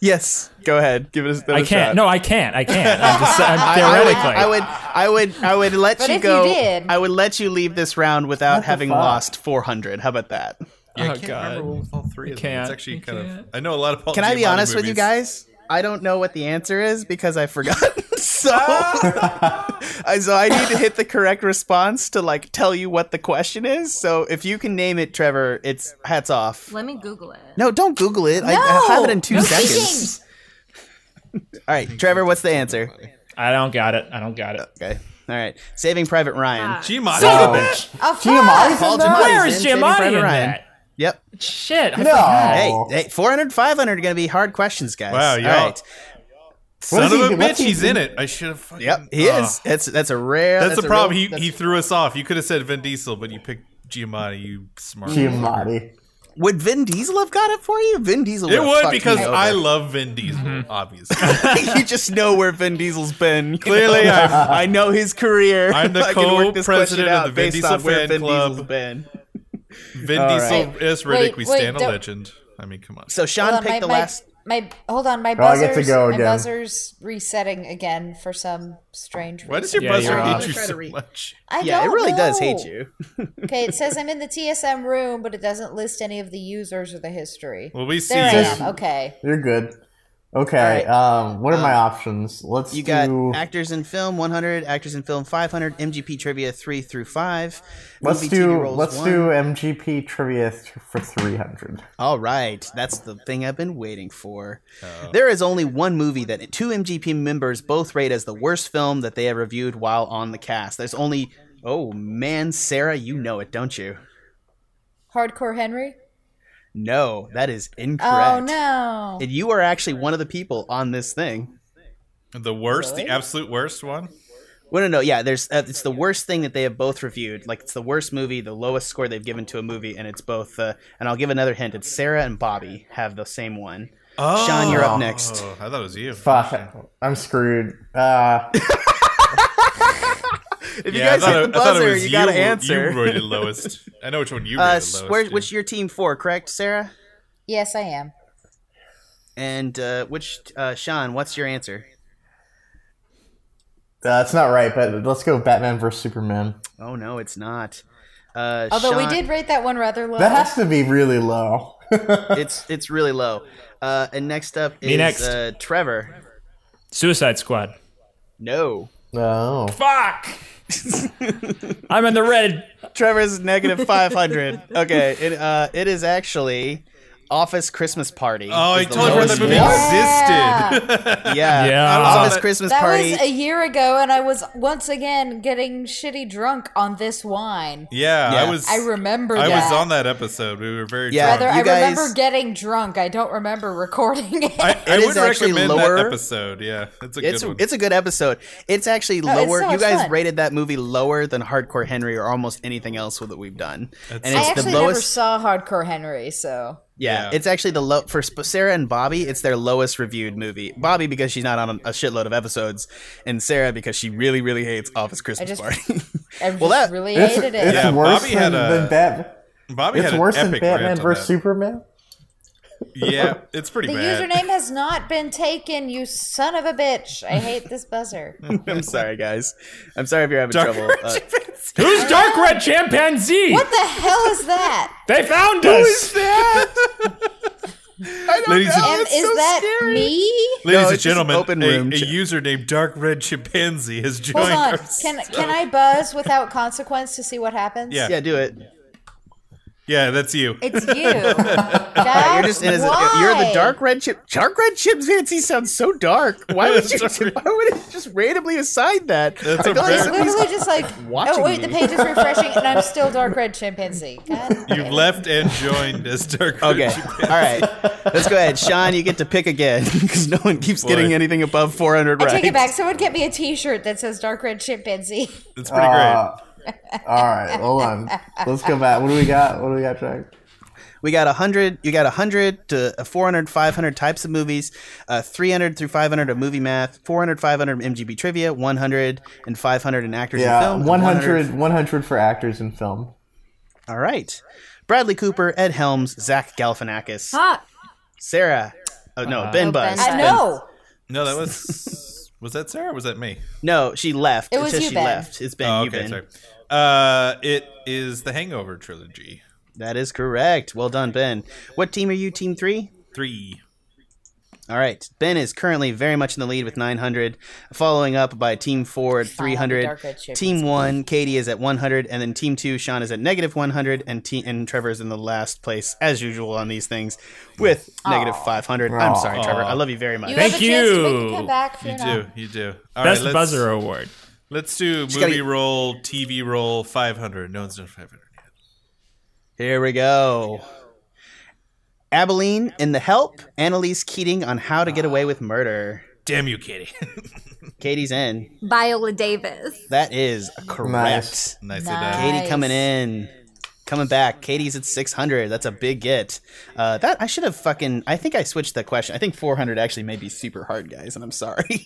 [SPEAKER 1] Yes, go ahead. Give us.
[SPEAKER 5] I can't. No, I can't. I can't. I'm just I'm theoretically.
[SPEAKER 1] I would, I would, I would let
[SPEAKER 2] But
[SPEAKER 1] you
[SPEAKER 2] if you
[SPEAKER 1] go.
[SPEAKER 2] did-
[SPEAKER 1] I would let you leave this round without having
[SPEAKER 4] fuck?
[SPEAKER 1] lost 400. How about that?
[SPEAKER 5] Oh,
[SPEAKER 3] Yeah, I can't
[SPEAKER 5] God.
[SPEAKER 3] remember what all three of them.
[SPEAKER 5] can't.
[SPEAKER 3] It's actually
[SPEAKER 5] You
[SPEAKER 3] kind
[SPEAKER 5] can't.
[SPEAKER 3] of. I know a lot of Paul
[SPEAKER 1] Can I be
[SPEAKER 3] Giamatti
[SPEAKER 1] honest with you
[SPEAKER 3] movies.
[SPEAKER 1] guys? I don't know what the answer is because I forgot. so, I- so I need to hit the correct response to like tell you what the question is. So if you can name it, Trevor, it's hats off.
[SPEAKER 6] Let me Google it.
[SPEAKER 1] No, don't Google it. I,
[SPEAKER 2] No!
[SPEAKER 1] I have it in two
[SPEAKER 2] No
[SPEAKER 1] seconds. All right, Trevor, what's the answer?
[SPEAKER 5] I don't got it. I don't got it.
[SPEAKER 1] Okay. All right. Saving Private Ryan.
[SPEAKER 2] Ah.
[SPEAKER 3] Giamatti.
[SPEAKER 4] Wow.
[SPEAKER 2] Oh,
[SPEAKER 4] Giamatti's
[SPEAKER 2] fuck!
[SPEAKER 1] Paul
[SPEAKER 4] in that?
[SPEAKER 1] Giamatti's
[SPEAKER 5] Where
[SPEAKER 1] in
[SPEAKER 5] is
[SPEAKER 1] Saving
[SPEAKER 5] Giamatti
[SPEAKER 1] Private
[SPEAKER 5] in
[SPEAKER 1] Ryan.
[SPEAKER 5] that?
[SPEAKER 1] Yep.
[SPEAKER 5] Shit. I forgot.
[SPEAKER 1] Hey,
[SPEAKER 4] No.
[SPEAKER 1] hey, 400, 500 are going to be hard questions, guys.
[SPEAKER 3] Wow,
[SPEAKER 1] All
[SPEAKER 3] y'all-
[SPEAKER 1] right.
[SPEAKER 4] What
[SPEAKER 3] Son
[SPEAKER 4] is
[SPEAKER 3] of
[SPEAKER 4] he-
[SPEAKER 3] a bitch,
[SPEAKER 4] what's he
[SPEAKER 3] he's in
[SPEAKER 4] doing?
[SPEAKER 3] it. I should have fucking.
[SPEAKER 1] Yep, he
[SPEAKER 3] Ah.
[SPEAKER 1] is. That's that's a rare.
[SPEAKER 3] That's, the
[SPEAKER 1] a
[SPEAKER 3] problem.
[SPEAKER 1] real-
[SPEAKER 3] he he threw us off. You could have said Vin Diesel, but you picked Giamatti. You smart.
[SPEAKER 4] Giamatti.
[SPEAKER 1] Would Vin Diesel have got it for you? Vin Diesel.
[SPEAKER 3] It
[SPEAKER 1] would've
[SPEAKER 3] would
[SPEAKER 1] fucked
[SPEAKER 3] because
[SPEAKER 1] me over.
[SPEAKER 3] I love Vin Diesel, obviously.
[SPEAKER 1] you just know where Vin Diesel's been. you
[SPEAKER 3] Clearly,
[SPEAKER 1] know?
[SPEAKER 3] I'm-
[SPEAKER 1] I know his career.
[SPEAKER 3] I'm the
[SPEAKER 1] I can work this question
[SPEAKER 3] co-president of
[SPEAKER 1] out
[SPEAKER 3] the Vin
[SPEAKER 1] based
[SPEAKER 3] Diesel
[SPEAKER 1] on where
[SPEAKER 3] fan
[SPEAKER 1] Vin
[SPEAKER 3] club.
[SPEAKER 1] Diesel's been.
[SPEAKER 3] Vin
[SPEAKER 1] All
[SPEAKER 3] Diesel
[SPEAKER 1] right.
[SPEAKER 3] is Riddick.
[SPEAKER 2] Wait,
[SPEAKER 3] we
[SPEAKER 2] wait,
[SPEAKER 3] stand a
[SPEAKER 2] don't-
[SPEAKER 3] legend. I mean, come on.
[SPEAKER 1] So Sean
[SPEAKER 2] Hold on,
[SPEAKER 1] picked
[SPEAKER 2] my,
[SPEAKER 1] the
[SPEAKER 2] my,
[SPEAKER 1] last.
[SPEAKER 2] my hold on, my
[SPEAKER 4] Oh, I
[SPEAKER 2] buzzer's
[SPEAKER 4] get to go
[SPEAKER 2] my
[SPEAKER 4] again.
[SPEAKER 2] buzzer's resetting again for some strange reason.
[SPEAKER 3] Why does your
[SPEAKER 5] Yeah,
[SPEAKER 3] buzzer
[SPEAKER 5] you're
[SPEAKER 3] hate
[SPEAKER 5] off.
[SPEAKER 3] you
[SPEAKER 1] Try to
[SPEAKER 3] so
[SPEAKER 1] read.
[SPEAKER 3] much?
[SPEAKER 2] I
[SPEAKER 1] yeah, it
[SPEAKER 2] don't
[SPEAKER 1] really does hate
[SPEAKER 2] know.
[SPEAKER 1] you.
[SPEAKER 2] Okay, it says I'm in the TSM room, but it doesn't list any of the users or the history.
[SPEAKER 3] Well, we see.
[SPEAKER 2] there I am.
[SPEAKER 3] you.
[SPEAKER 2] Okay.
[SPEAKER 4] You're good. Okay.
[SPEAKER 1] Alright.
[SPEAKER 4] Um, what are my options? Let's
[SPEAKER 1] You got
[SPEAKER 4] do.
[SPEAKER 1] actors in film 100, actors in film 500, MGP trivia 3 through 5.
[SPEAKER 4] Let's
[SPEAKER 1] movie TV
[SPEAKER 4] do.
[SPEAKER 1] roles
[SPEAKER 4] Let's
[SPEAKER 1] 1.
[SPEAKER 4] do MGP trivia th- for 300.
[SPEAKER 1] All right, that's the thing I've been waiting for. There is only one movie that two MGP members both rate as the worst film that they have reviewed while on the cast. There's only oh man, Sarah, you know it, don't you?
[SPEAKER 2] Hardcore Henry?
[SPEAKER 1] No, that is
[SPEAKER 2] Oh
[SPEAKER 1] incorrect.
[SPEAKER 2] no.
[SPEAKER 1] And you are actually one of the people on this thing.
[SPEAKER 3] The worst, the absolute worst one.
[SPEAKER 1] Well, no, no, yeah. There's uh, it's the worst thing that they have both reviewed. Like it's the worst movie, the lowest score they've given to a movie, and it's both. Uh, and I'll give another hint. It's Sarah and Bobby have the same one.
[SPEAKER 3] Oh,
[SPEAKER 1] Sean, you're up next.
[SPEAKER 3] I thought it was you.
[SPEAKER 4] Fuck. I'm screwed. Uh,
[SPEAKER 1] If
[SPEAKER 3] Yeah, I
[SPEAKER 1] you guys
[SPEAKER 3] thought
[SPEAKER 1] hit
[SPEAKER 3] it-
[SPEAKER 1] the
[SPEAKER 3] I thought it
[SPEAKER 1] buzzer,
[SPEAKER 3] was
[SPEAKER 1] you got to
[SPEAKER 3] you-
[SPEAKER 1] answer.
[SPEAKER 3] You rated lowest. I know which one you
[SPEAKER 1] Uh,
[SPEAKER 3] rated
[SPEAKER 1] s-
[SPEAKER 3] lowest.
[SPEAKER 1] where,
[SPEAKER 3] yeah.
[SPEAKER 1] which your team four, correct, Sarah?
[SPEAKER 2] Yes, I am.
[SPEAKER 1] And uh, which uh, Sean? What's your answer?
[SPEAKER 4] uh, it's not right, but let's go Batman versus Superman.
[SPEAKER 1] Oh no, it's not. Uh,
[SPEAKER 2] Although we
[SPEAKER 1] Sean-
[SPEAKER 2] did rate that one rather low.
[SPEAKER 4] That has to be really low.
[SPEAKER 1] it's it's really low. Uh, and next up
[SPEAKER 5] Me
[SPEAKER 1] is
[SPEAKER 5] next.
[SPEAKER 1] Uh, Trevor.
[SPEAKER 5] Suicide Squad.
[SPEAKER 1] No,
[SPEAKER 4] No.
[SPEAKER 5] Fuck. I'm in the red.
[SPEAKER 1] Trevor's negative five hundred. okay, it uh, it is actually Office Christmas Party.
[SPEAKER 3] Oh, I
[SPEAKER 1] is the
[SPEAKER 3] totally forgot that
[SPEAKER 1] lowest
[SPEAKER 3] movie
[SPEAKER 1] one.
[SPEAKER 2] Yeah.
[SPEAKER 3] existed.
[SPEAKER 1] Yeah,
[SPEAKER 5] Yeah. I was on
[SPEAKER 1] Office
[SPEAKER 3] that-
[SPEAKER 1] Christmas
[SPEAKER 2] that
[SPEAKER 1] Party.
[SPEAKER 2] was a year ago and I was once again getting shitty drunk on this wine.
[SPEAKER 3] yeah,
[SPEAKER 1] Yeah.
[SPEAKER 3] I was.
[SPEAKER 2] I remember
[SPEAKER 3] I
[SPEAKER 2] that.
[SPEAKER 3] was on that episode. We were very
[SPEAKER 1] Yeah.
[SPEAKER 2] Rather,
[SPEAKER 3] drunk.
[SPEAKER 1] You
[SPEAKER 2] I
[SPEAKER 1] guys-
[SPEAKER 2] remember getting drunk. I don't remember recording it.
[SPEAKER 3] I, I
[SPEAKER 1] It is
[SPEAKER 3] would
[SPEAKER 1] actually
[SPEAKER 3] recommend
[SPEAKER 1] lower.
[SPEAKER 3] that episode. Yeah, it's a
[SPEAKER 1] it's
[SPEAKER 3] good one.
[SPEAKER 1] it's a good episode. It's actually
[SPEAKER 2] it's
[SPEAKER 1] lower.
[SPEAKER 2] so
[SPEAKER 1] you
[SPEAKER 2] much
[SPEAKER 1] guys
[SPEAKER 2] fun.
[SPEAKER 1] rated that movie lower than Hardcore Henry or almost anything else that we've done,
[SPEAKER 2] I
[SPEAKER 1] and it's the
[SPEAKER 2] actually never
[SPEAKER 1] lowest.
[SPEAKER 2] saw Hardcore Henry, so
[SPEAKER 1] yeah,
[SPEAKER 3] Yeah.
[SPEAKER 1] it's actually the low for Sp- Sarah and Bobby. It's their lowest reviewed movie. Bobby because she's not on a shitload of episodes, and Sarah because she really really hates Office Christmas
[SPEAKER 2] just-
[SPEAKER 1] Party.
[SPEAKER 2] I just
[SPEAKER 1] Well, that-
[SPEAKER 2] really
[SPEAKER 4] It's,
[SPEAKER 2] hated it.
[SPEAKER 4] it's
[SPEAKER 3] Yeah,
[SPEAKER 4] worse
[SPEAKER 3] Bobby
[SPEAKER 4] than,
[SPEAKER 3] had a-
[SPEAKER 4] than Bat-
[SPEAKER 3] Bobby
[SPEAKER 4] It's
[SPEAKER 3] had
[SPEAKER 4] worse
[SPEAKER 3] an
[SPEAKER 4] than
[SPEAKER 3] epic
[SPEAKER 4] Batman
[SPEAKER 3] rant on
[SPEAKER 4] versus
[SPEAKER 3] that.
[SPEAKER 4] Superman.
[SPEAKER 3] Yeah, it's pretty
[SPEAKER 2] The
[SPEAKER 3] bad.
[SPEAKER 2] username has not been taken, you son of a bitch. I hate this buzzer.
[SPEAKER 1] I'm sorry, guys. I'm sorry if you're having trouble. Uh,
[SPEAKER 5] Who's Dark Red Chimpanzee?
[SPEAKER 2] What the hell is that?
[SPEAKER 5] They found us.
[SPEAKER 3] Ladies and,
[SPEAKER 2] And is that me?
[SPEAKER 3] ladies
[SPEAKER 1] No,
[SPEAKER 3] and
[SPEAKER 1] it's just an
[SPEAKER 3] gentlemen,
[SPEAKER 1] open
[SPEAKER 3] a,
[SPEAKER 1] room
[SPEAKER 3] a
[SPEAKER 1] chat.
[SPEAKER 3] user named Dark Red Chimpanzee has joined
[SPEAKER 2] Hold on.
[SPEAKER 3] us.
[SPEAKER 2] Can can I buzz without consequence to see what happens?
[SPEAKER 3] Yeah.
[SPEAKER 1] yeah, do it.
[SPEAKER 3] yeah, that's you.
[SPEAKER 6] It's you.
[SPEAKER 2] That's
[SPEAKER 1] You're just innocent. You're the dark red chip. Dark red chips fancy sounds so dark. Why would you?
[SPEAKER 3] Sorry.
[SPEAKER 1] Why would it just randomly assign that?
[SPEAKER 3] That's
[SPEAKER 1] I feel
[SPEAKER 3] a
[SPEAKER 1] like
[SPEAKER 3] very-
[SPEAKER 2] It's
[SPEAKER 1] somebody's-
[SPEAKER 2] literally just like, oh
[SPEAKER 1] watching
[SPEAKER 2] wait, the
[SPEAKER 1] me.
[SPEAKER 2] page is refreshing, and I'm still dark red chimpanzee. God damn
[SPEAKER 3] You've
[SPEAKER 2] it.
[SPEAKER 3] left and joined as Dark Red
[SPEAKER 1] Okay.
[SPEAKER 3] Chimpanzee.
[SPEAKER 1] All right. Let's go ahead, Sean. You get to pick again because no one keeps getting anything above 400
[SPEAKER 2] I
[SPEAKER 1] right.
[SPEAKER 2] take it back. Someone get me a T-shirt that says dark red chimpanzee.
[SPEAKER 3] It's pretty
[SPEAKER 4] Uh, all right, hold on. Let's go back. What do we got? What do we got, Jack?
[SPEAKER 1] We got 100. You got 100 to 400, 500 types of movies, uh, 300 through 500 of movie math, 400, 500 MGB trivia, 100 and 500 in actors and
[SPEAKER 4] Yeah,
[SPEAKER 1] film.
[SPEAKER 4] 100, 100 for actors in film.
[SPEAKER 1] All right. Bradley Cooper, Ed Helms, Zach Galifianakis,
[SPEAKER 6] Fuck.
[SPEAKER 1] Sarah. Oh no, Ben
[SPEAKER 6] Oh,
[SPEAKER 1] Buzz.
[SPEAKER 6] Ben
[SPEAKER 2] I
[SPEAKER 6] Ben.
[SPEAKER 2] know.
[SPEAKER 3] great. No, that was. Was that Sarah? or Was that me?
[SPEAKER 1] No, she left.
[SPEAKER 2] It was
[SPEAKER 1] says
[SPEAKER 2] you,
[SPEAKER 1] she
[SPEAKER 2] Ben.
[SPEAKER 1] left. It's Ben.
[SPEAKER 3] Oh,
[SPEAKER 1] you,
[SPEAKER 3] okay,
[SPEAKER 1] Ben.
[SPEAKER 3] sorry. Uh, it is the Hangover trilogy.
[SPEAKER 1] That is correct. Well done, Ben. What team are you? Team three.
[SPEAKER 3] Three.
[SPEAKER 1] All right. Ben is currently very much in the lead with 900, following up by Team 4 at
[SPEAKER 2] Fine, I'll be dark red
[SPEAKER 1] 300.
[SPEAKER 2] chip.
[SPEAKER 1] Team 1, Katie is at 100, and then Team 2, Sean is at negative 100, and, te- and Trevor is in the last place, as usual on these things, with negative 500. I'm sorry, Trevor. I love you very much.
[SPEAKER 2] You
[SPEAKER 5] Thank
[SPEAKER 2] have a chance to make
[SPEAKER 5] you.
[SPEAKER 2] a comeback. if
[SPEAKER 3] You
[SPEAKER 2] you're
[SPEAKER 3] do.
[SPEAKER 2] not.
[SPEAKER 3] You do. All right,
[SPEAKER 5] Best
[SPEAKER 3] let's-
[SPEAKER 5] buzzer award.
[SPEAKER 3] Let's do movie
[SPEAKER 1] gotta-
[SPEAKER 3] roll, TV roll, 500. No one's done 500 yet.
[SPEAKER 1] Here we go. Abilene in The Help, Annalise Keating on How to Get Away with Murder.
[SPEAKER 3] Damn you, Katie.
[SPEAKER 1] Katie's in.
[SPEAKER 6] Viola Davis.
[SPEAKER 1] That is correct.
[SPEAKER 4] Nice.
[SPEAKER 3] Nicely
[SPEAKER 2] Nice.
[SPEAKER 3] done.
[SPEAKER 1] Katie coming in, coming back. Katie's at 600. That's a big get. Uh, that I should have fucking. I think I switched the question. I think 400 actually may be super hard, guys, and I'm sorry.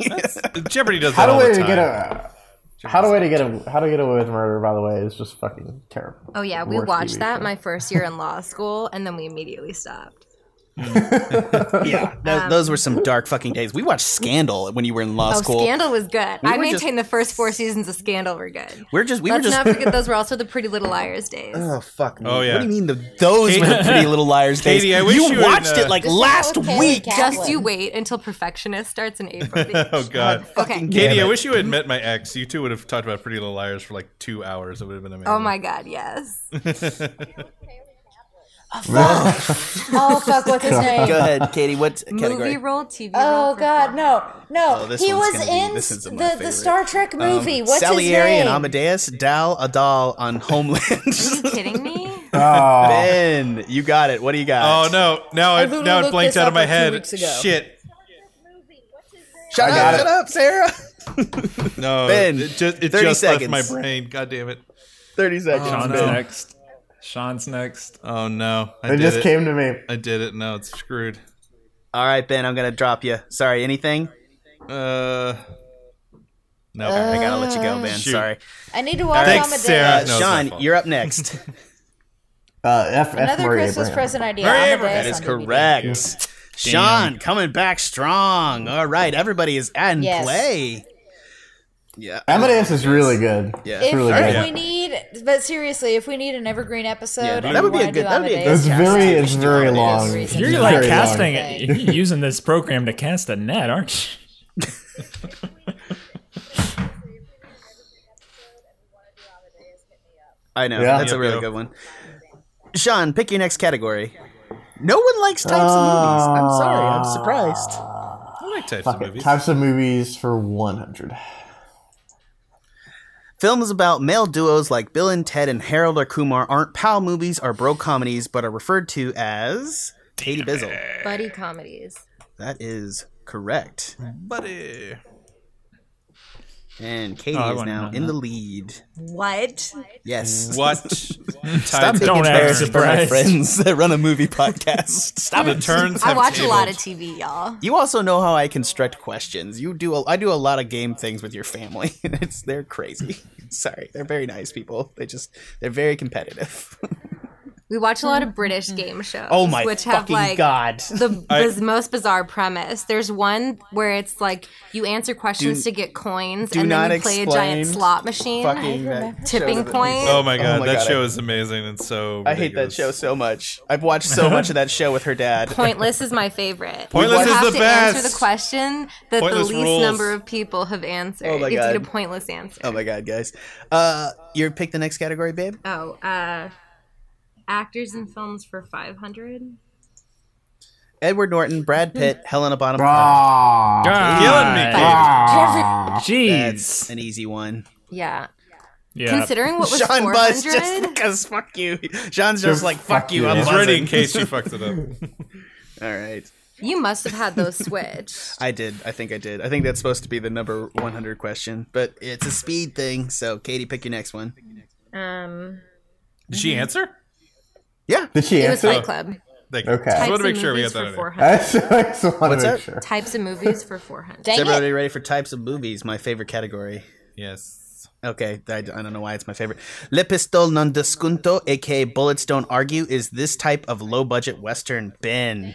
[SPEAKER 3] Jeopardy does that
[SPEAKER 4] How do
[SPEAKER 3] all
[SPEAKER 4] we
[SPEAKER 3] the time.
[SPEAKER 4] get a? How do we get a? How to get away with murder? By the way, is just fucking terrible.
[SPEAKER 6] Oh yeah, we
[SPEAKER 4] Worst
[SPEAKER 6] watched
[SPEAKER 4] TV
[SPEAKER 6] that
[SPEAKER 4] show.
[SPEAKER 6] my first year in law school, and then we immediately stopped.
[SPEAKER 1] yeah, tho- those were some dark fucking days. We watched Scandal when you were in law
[SPEAKER 6] Oh,
[SPEAKER 1] school.
[SPEAKER 6] Scandal was good. I
[SPEAKER 1] were just-
[SPEAKER 6] maintain the first four seasons of Scandal were good.
[SPEAKER 1] We're just we
[SPEAKER 6] Let's
[SPEAKER 1] were just.
[SPEAKER 6] not forget those were also the Pretty Little Liars days.
[SPEAKER 1] Oh fuck!
[SPEAKER 3] Oh, yeah.
[SPEAKER 1] What do you mean the those were the Pretty Little Liars days?
[SPEAKER 3] Katie, I wish you
[SPEAKER 1] you
[SPEAKER 3] were
[SPEAKER 1] watched
[SPEAKER 3] in, uh,
[SPEAKER 1] it like
[SPEAKER 2] Just hang out
[SPEAKER 1] last
[SPEAKER 2] with Kaylee
[SPEAKER 1] week.
[SPEAKER 2] Cat.
[SPEAKER 6] Just
[SPEAKER 2] one.
[SPEAKER 6] you wait until Perfectionist starts in April.
[SPEAKER 3] Oh, God.
[SPEAKER 6] okay.
[SPEAKER 3] Katie, I wish you had met my ex. You two would have talked about Pretty Little Liars for like two hours. It would have been amazing.
[SPEAKER 6] Oh my God. Yes.
[SPEAKER 2] Oh fuck! What's his name?
[SPEAKER 1] Go ahead, Katie. What category?
[SPEAKER 6] Movie role, TV role.
[SPEAKER 2] Oh God, no, no!
[SPEAKER 1] Oh, this
[SPEAKER 2] he
[SPEAKER 1] one's
[SPEAKER 2] was
[SPEAKER 1] gonna be-
[SPEAKER 2] in
[SPEAKER 1] this is
[SPEAKER 2] the,
[SPEAKER 1] my
[SPEAKER 2] the
[SPEAKER 1] favorite.
[SPEAKER 2] Star Trek movie. What's
[SPEAKER 1] Salieri
[SPEAKER 2] his name?
[SPEAKER 1] and Amadeus, Dal Adal on Homeland.
[SPEAKER 6] Are you kidding me?
[SPEAKER 4] Oh,
[SPEAKER 1] Ben, you got it. What do you got?
[SPEAKER 3] Oh, no. Now, I,
[SPEAKER 2] literally
[SPEAKER 3] now it
[SPEAKER 2] looked
[SPEAKER 3] blanked
[SPEAKER 2] this up
[SPEAKER 3] out of my
[SPEAKER 2] like two
[SPEAKER 3] head.
[SPEAKER 2] weeks ago.
[SPEAKER 3] Shit.
[SPEAKER 1] Shut
[SPEAKER 4] I got
[SPEAKER 1] up,
[SPEAKER 4] it.
[SPEAKER 1] shut up, Sarah.
[SPEAKER 3] No.
[SPEAKER 1] Ben,
[SPEAKER 3] it just, it
[SPEAKER 1] 30
[SPEAKER 3] just left
[SPEAKER 1] seconds.
[SPEAKER 3] my brain. God damn it.
[SPEAKER 1] 30 seconds.
[SPEAKER 5] Sean's
[SPEAKER 3] no.
[SPEAKER 5] next. Sean's next.
[SPEAKER 3] Oh, no. I
[SPEAKER 4] it
[SPEAKER 3] did
[SPEAKER 4] just
[SPEAKER 3] it.
[SPEAKER 4] came to me.
[SPEAKER 3] I did it. No, it's screwed.
[SPEAKER 1] All right, Ben, I'm going to drop you. Sorry, anything?
[SPEAKER 3] Uh. No.
[SPEAKER 1] I got to let you go, Ben.
[SPEAKER 3] Shoot.
[SPEAKER 1] Sorry.
[SPEAKER 2] I need to watch
[SPEAKER 3] Thanks,
[SPEAKER 2] Amadeus.
[SPEAKER 3] Sarah.
[SPEAKER 1] Uh,
[SPEAKER 3] No, it's my
[SPEAKER 1] Sean,
[SPEAKER 3] fault.
[SPEAKER 1] you're up next.
[SPEAKER 4] Uh, F, F
[SPEAKER 2] Another
[SPEAKER 4] Murray
[SPEAKER 2] Christmas
[SPEAKER 4] Abraham.
[SPEAKER 2] present idea.
[SPEAKER 3] Murray
[SPEAKER 2] Amadeus
[SPEAKER 3] Abraham.
[SPEAKER 1] That is
[SPEAKER 2] on DVD.
[SPEAKER 1] correct. Sean coming back strong. All right, everybody is at
[SPEAKER 2] Yes.
[SPEAKER 1] play. Yeah.
[SPEAKER 4] Amadeus is really good.
[SPEAKER 1] Yeah.
[SPEAKER 4] it's
[SPEAKER 2] If,
[SPEAKER 4] really
[SPEAKER 2] if
[SPEAKER 4] good.
[SPEAKER 2] we need, but seriously, if we need an evergreen episode,
[SPEAKER 1] Yeah,
[SPEAKER 2] and
[SPEAKER 1] that
[SPEAKER 2] we
[SPEAKER 1] would be a
[SPEAKER 2] wanna
[SPEAKER 1] good-
[SPEAKER 2] do
[SPEAKER 1] that would be a
[SPEAKER 4] It's
[SPEAKER 2] Amadeus,
[SPEAKER 4] very, it's very
[SPEAKER 2] Amadeus
[SPEAKER 4] long.
[SPEAKER 2] reason.
[SPEAKER 5] You're
[SPEAKER 4] It's
[SPEAKER 5] like
[SPEAKER 4] very long.
[SPEAKER 5] casting
[SPEAKER 2] long.
[SPEAKER 5] it. You're using this program to cast a net, aren't you?
[SPEAKER 1] I know.
[SPEAKER 4] Yeah.
[SPEAKER 1] That's a
[SPEAKER 3] Yep,
[SPEAKER 1] really
[SPEAKER 3] yep.
[SPEAKER 1] good one. Sean, pick your next category. No one likes types of movies. I'm
[SPEAKER 4] Uh,
[SPEAKER 1] sorry. I'm surprised.
[SPEAKER 3] I like types of
[SPEAKER 4] Fuck it.
[SPEAKER 3] movies.
[SPEAKER 4] Types of movies for 100.
[SPEAKER 1] Films about male duos like Bill and Ted and Harold or Kumar aren't pal movies or bro comedies, but are referred to as Katie Bizzle.
[SPEAKER 6] Buddy comedies.
[SPEAKER 1] That is correct.
[SPEAKER 3] Buddy.
[SPEAKER 1] And Katie
[SPEAKER 5] Oh, I
[SPEAKER 1] is
[SPEAKER 5] wouldn't
[SPEAKER 1] now
[SPEAKER 5] know
[SPEAKER 1] in
[SPEAKER 5] that.
[SPEAKER 1] the lead.
[SPEAKER 6] What?
[SPEAKER 1] Yes.
[SPEAKER 3] What?
[SPEAKER 1] Stop
[SPEAKER 3] type
[SPEAKER 1] taking
[SPEAKER 5] Don't
[SPEAKER 1] turns
[SPEAKER 5] act
[SPEAKER 1] from my
[SPEAKER 5] surprised.
[SPEAKER 1] friends that run a movie podcast. Stop
[SPEAKER 3] The
[SPEAKER 1] it.
[SPEAKER 3] turns
[SPEAKER 6] I
[SPEAKER 3] have
[SPEAKER 6] watch a lot of
[SPEAKER 3] tabled.
[SPEAKER 6] TV, y'all.
[SPEAKER 1] You also know how I construct questions. You do. A, I do a lot of game things with your family. and It's they're crazy. Sorry, they're very nice people. They just they're very competitive.
[SPEAKER 6] We watch a lot of British game shows.
[SPEAKER 1] Oh my
[SPEAKER 6] which have,
[SPEAKER 1] fucking
[SPEAKER 6] like,
[SPEAKER 1] god!
[SPEAKER 6] The biz- most bizarre premise. There's one where it's like you answer questions to get coins,
[SPEAKER 1] do
[SPEAKER 6] and then
[SPEAKER 1] not
[SPEAKER 6] you play a
[SPEAKER 1] explain
[SPEAKER 6] giant slot machine,
[SPEAKER 1] fucking
[SPEAKER 6] tipping point.
[SPEAKER 3] Oh my god,
[SPEAKER 1] my
[SPEAKER 3] that
[SPEAKER 1] God,
[SPEAKER 3] show
[SPEAKER 1] I-
[SPEAKER 3] is amazing and so.
[SPEAKER 1] I hate that
[SPEAKER 3] ridiculous.
[SPEAKER 1] show so much. I've watched so much of that show with her dad.
[SPEAKER 6] Pointless is my favorite.
[SPEAKER 3] Pointless
[SPEAKER 6] you
[SPEAKER 3] is
[SPEAKER 6] have
[SPEAKER 3] the
[SPEAKER 6] to answer
[SPEAKER 3] best.
[SPEAKER 6] the question that
[SPEAKER 3] Pointless
[SPEAKER 6] the least
[SPEAKER 3] rules.
[SPEAKER 6] number of people have answered.
[SPEAKER 1] Oh my
[SPEAKER 6] you have to
[SPEAKER 1] God.
[SPEAKER 6] get a pointless answer.
[SPEAKER 1] Oh my god, guys! Uh, you pick the next category, babe.
[SPEAKER 6] Oh, uh, actors in films for five hundred.
[SPEAKER 1] Edward Norton, Brad Pitt, Helena Bonham. Carter.
[SPEAKER 4] Ah,
[SPEAKER 3] Killing me,
[SPEAKER 5] God.
[SPEAKER 3] kid.
[SPEAKER 1] Ah, That's
[SPEAKER 5] Jeez.
[SPEAKER 1] an easy one.
[SPEAKER 6] Yeah.
[SPEAKER 5] Yeah.
[SPEAKER 6] Considering what was
[SPEAKER 1] Sean
[SPEAKER 6] four
[SPEAKER 1] Buzz just
[SPEAKER 6] hundred,
[SPEAKER 1] because fuck you. Sean's just like fuck you. I'm
[SPEAKER 3] He's ready in
[SPEAKER 1] buzzing.
[SPEAKER 3] case you fucked it up.
[SPEAKER 1] All right,
[SPEAKER 6] you must have had those switched.
[SPEAKER 1] I did. I think I did. I think that's supposed to be the number 100 question, but it's a speed thing. So Katie, pick your next one.
[SPEAKER 6] Um,
[SPEAKER 3] Did she answer?
[SPEAKER 1] Yeah.
[SPEAKER 4] Did she
[SPEAKER 6] it was
[SPEAKER 4] answer?
[SPEAKER 6] Fight Club.
[SPEAKER 3] Thank
[SPEAKER 4] Okay.
[SPEAKER 3] I just want
[SPEAKER 4] Types
[SPEAKER 6] Types
[SPEAKER 3] to
[SPEAKER 6] of
[SPEAKER 3] make sure we had that
[SPEAKER 6] movies for
[SPEAKER 3] in there.
[SPEAKER 6] four
[SPEAKER 4] I
[SPEAKER 6] hundred.
[SPEAKER 4] just want
[SPEAKER 1] What's
[SPEAKER 4] to
[SPEAKER 1] up?
[SPEAKER 4] make sure.
[SPEAKER 6] Types of movies for four hundred.
[SPEAKER 1] Is
[SPEAKER 2] Dang
[SPEAKER 1] everybody
[SPEAKER 2] it.
[SPEAKER 1] ready for types of movies? My favorite category.
[SPEAKER 3] Yes.
[SPEAKER 1] Okay, I, I don't know why it's my favorite. Le Pistol Non Descunto, aka Bullets Don't Argue, is this type of low budget Western. Ben.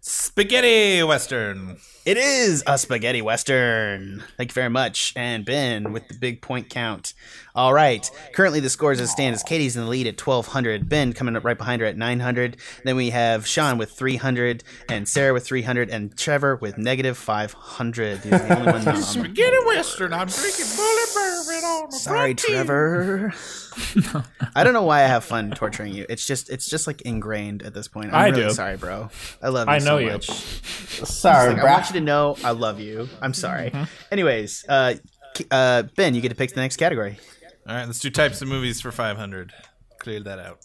[SPEAKER 3] Spaghetti Western.
[SPEAKER 1] It is a spaghetti Western. Thank you very much. And Ben with the big point count. All right. Currently, the scores as stand is Katie's in the lead at 1,200. Ben coming up right behind her at 900. Then we have Sean with 300, and Sarah with 300, and Trevor with negative 500. He's the only one that's on
[SPEAKER 3] Spaghetti Western. I'm drinking bullet bourbon on the
[SPEAKER 1] Sorry, Trevor. I don't know why I have fun torturing you. It's just it's just like ingrained at this point. I'm
[SPEAKER 5] I
[SPEAKER 1] really
[SPEAKER 5] do.
[SPEAKER 1] sorry, bro. I love you.
[SPEAKER 5] I
[SPEAKER 1] so
[SPEAKER 5] know you.
[SPEAKER 1] much. Like, I
[SPEAKER 4] Sorry,
[SPEAKER 1] want
[SPEAKER 4] Brad.
[SPEAKER 1] you to know I love you. I'm sorry. Anyways, uh, K- uh, Ben, you get to pick the next category.
[SPEAKER 3] All right, let's do types of movies for 500. Clear that out.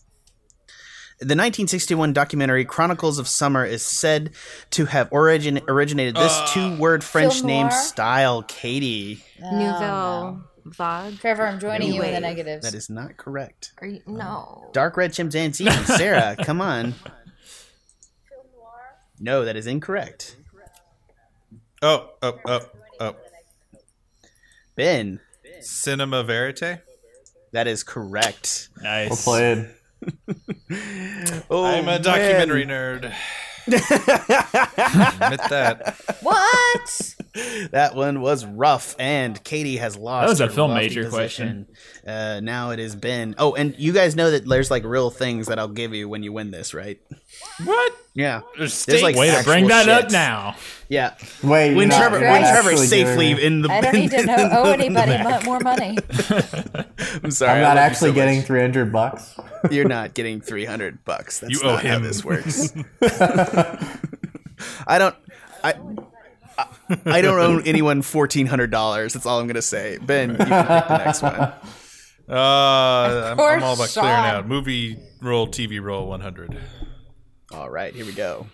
[SPEAKER 1] The 1961 documentary Chronicles of Summer is said to have origin originated this two-word French
[SPEAKER 2] Film
[SPEAKER 1] name
[SPEAKER 2] noir?
[SPEAKER 1] style. Katie,
[SPEAKER 6] Nouvelle Vague.
[SPEAKER 2] Trevor, I'm joining you in the
[SPEAKER 6] Anyway,
[SPEAKER 2] negatives.
[SPEAKER 1] that is not correct.
[SPEAKER 6] Are you no?
[SPEAKER 1] Dark Red Chimpanzee, Sarah, come on. No, that is incorrect.
[SPEAKER 3] Oh, oh, oh, oh.
[SPEAKER 1] Ben,
[SPEAKER 3] Cinema Verite.
[SPEAKER 1] that is correct.
[SPEAKER 5] Nice.
[SPEAKER 4] Well played.
[SPEAKER 1] Oh,
[SPEAKER 3] I'm a documentary nerd. Admit that.
[SPEAKER 2] what?
[SPEAKER 1] That one was rough, and Katie has lost.
[SPEAKER 5] That was a
[SPEAKER 1] her
[SPEAKER 5] film
[SPEAKER 1] lofty
[SPEAKER 5] major question.
[SPEAKER 1] position. Uh, now it is Ben. Oh, and you guys know that there's like real things that I'll give you when you win this, right?
[SPEAKER 5] What?
[SPEAKER 1] Yeah,
[SPEAKER 3] stakes.
[SPEAKER 1] like
[SPEAKER 5] Way to
[SPEAKER 1] actual
[SPEAKER 5] bring that
[SPEAKER 1] shit.
[SPEAKER 5] up now.
[SPEAKER 1] yeah.
[SPEAKER 4] Wait,
[SPEAKER 1] When
[SPEAKER 4] you're not-
[SPEAKER 1] Trevor,
[SPEAKER 4] you're
[SPEAKER 1] when
[SPEAKER 4] not
[SPEAKER 1] Trevor
[SPEAKER 4] actually
[SPEAKER 1] is safely
[SPEAKER 4] doing it.
[SPEAKER 1] in the.
[SPEAKER 2] I don't need to know, owe anybody mo- more money.
[SPEAKER 1] I'm sorry,
[SPEAKER 4] I'm
[SPEAKER 1] I
[SPEAKER 4] not
[SPEAKER 1] love you
[SPEAKER 4] actually
[SPEAKER 1] so
[SPEAKER 4] getting
[SPEAKER 1] much.
[SPEAKER 4] 300 bucks.
[SPEAKER 1] You're not getting 300 bucks. That's
[SPEAKER 3] You owe
[SPEAKER 1] not how
[SPEAKER 3] him.
[SPEAKER 1] this works. I don't. I. I- I don't owe anyone fourteen hundred dollars. That's all I'm gonna say. Ben, you can pick the next one.
[SPEAKER 3] Uh, I'm,
[SPEAKER 2] course,
[SPEAKER 3] I'm all about clearing
[SPEAKER 2] Sean.
[SPEAKER 3] out. Movie roll, TV roll 100.
[SPEAKER 1] All right, here we go.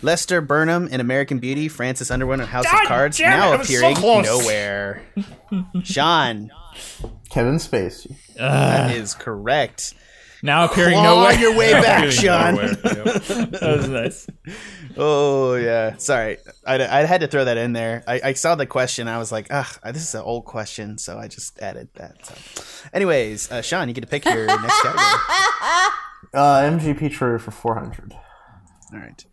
[SPEAKER 1] Lester Burnham in American Beauty, Francis Underwood in House of Cards, now appearing nowhere. Sean
[SPEAKER 4] Kevin Spacey.
[SPEAKER 1] that is correct.
[SPEAKER 5] Now appearing
[SPEAKER 1] Claw
[SPEAKER 5] nowhere.
[SPEAKER 1] your way back, Sean.
[SPEAKER 5] That was nice.
[SPEAKER 1] Oh yeah, sorry. I, I had to throw that in there. I, I saw the question. I was like, ah, this is an old question, so I just added that. So. Anyways, uh, Sean, you get to pick your next category.
[SPEAKER 4] Uh, MGP True for 400.
[SPEAKER 1] All right.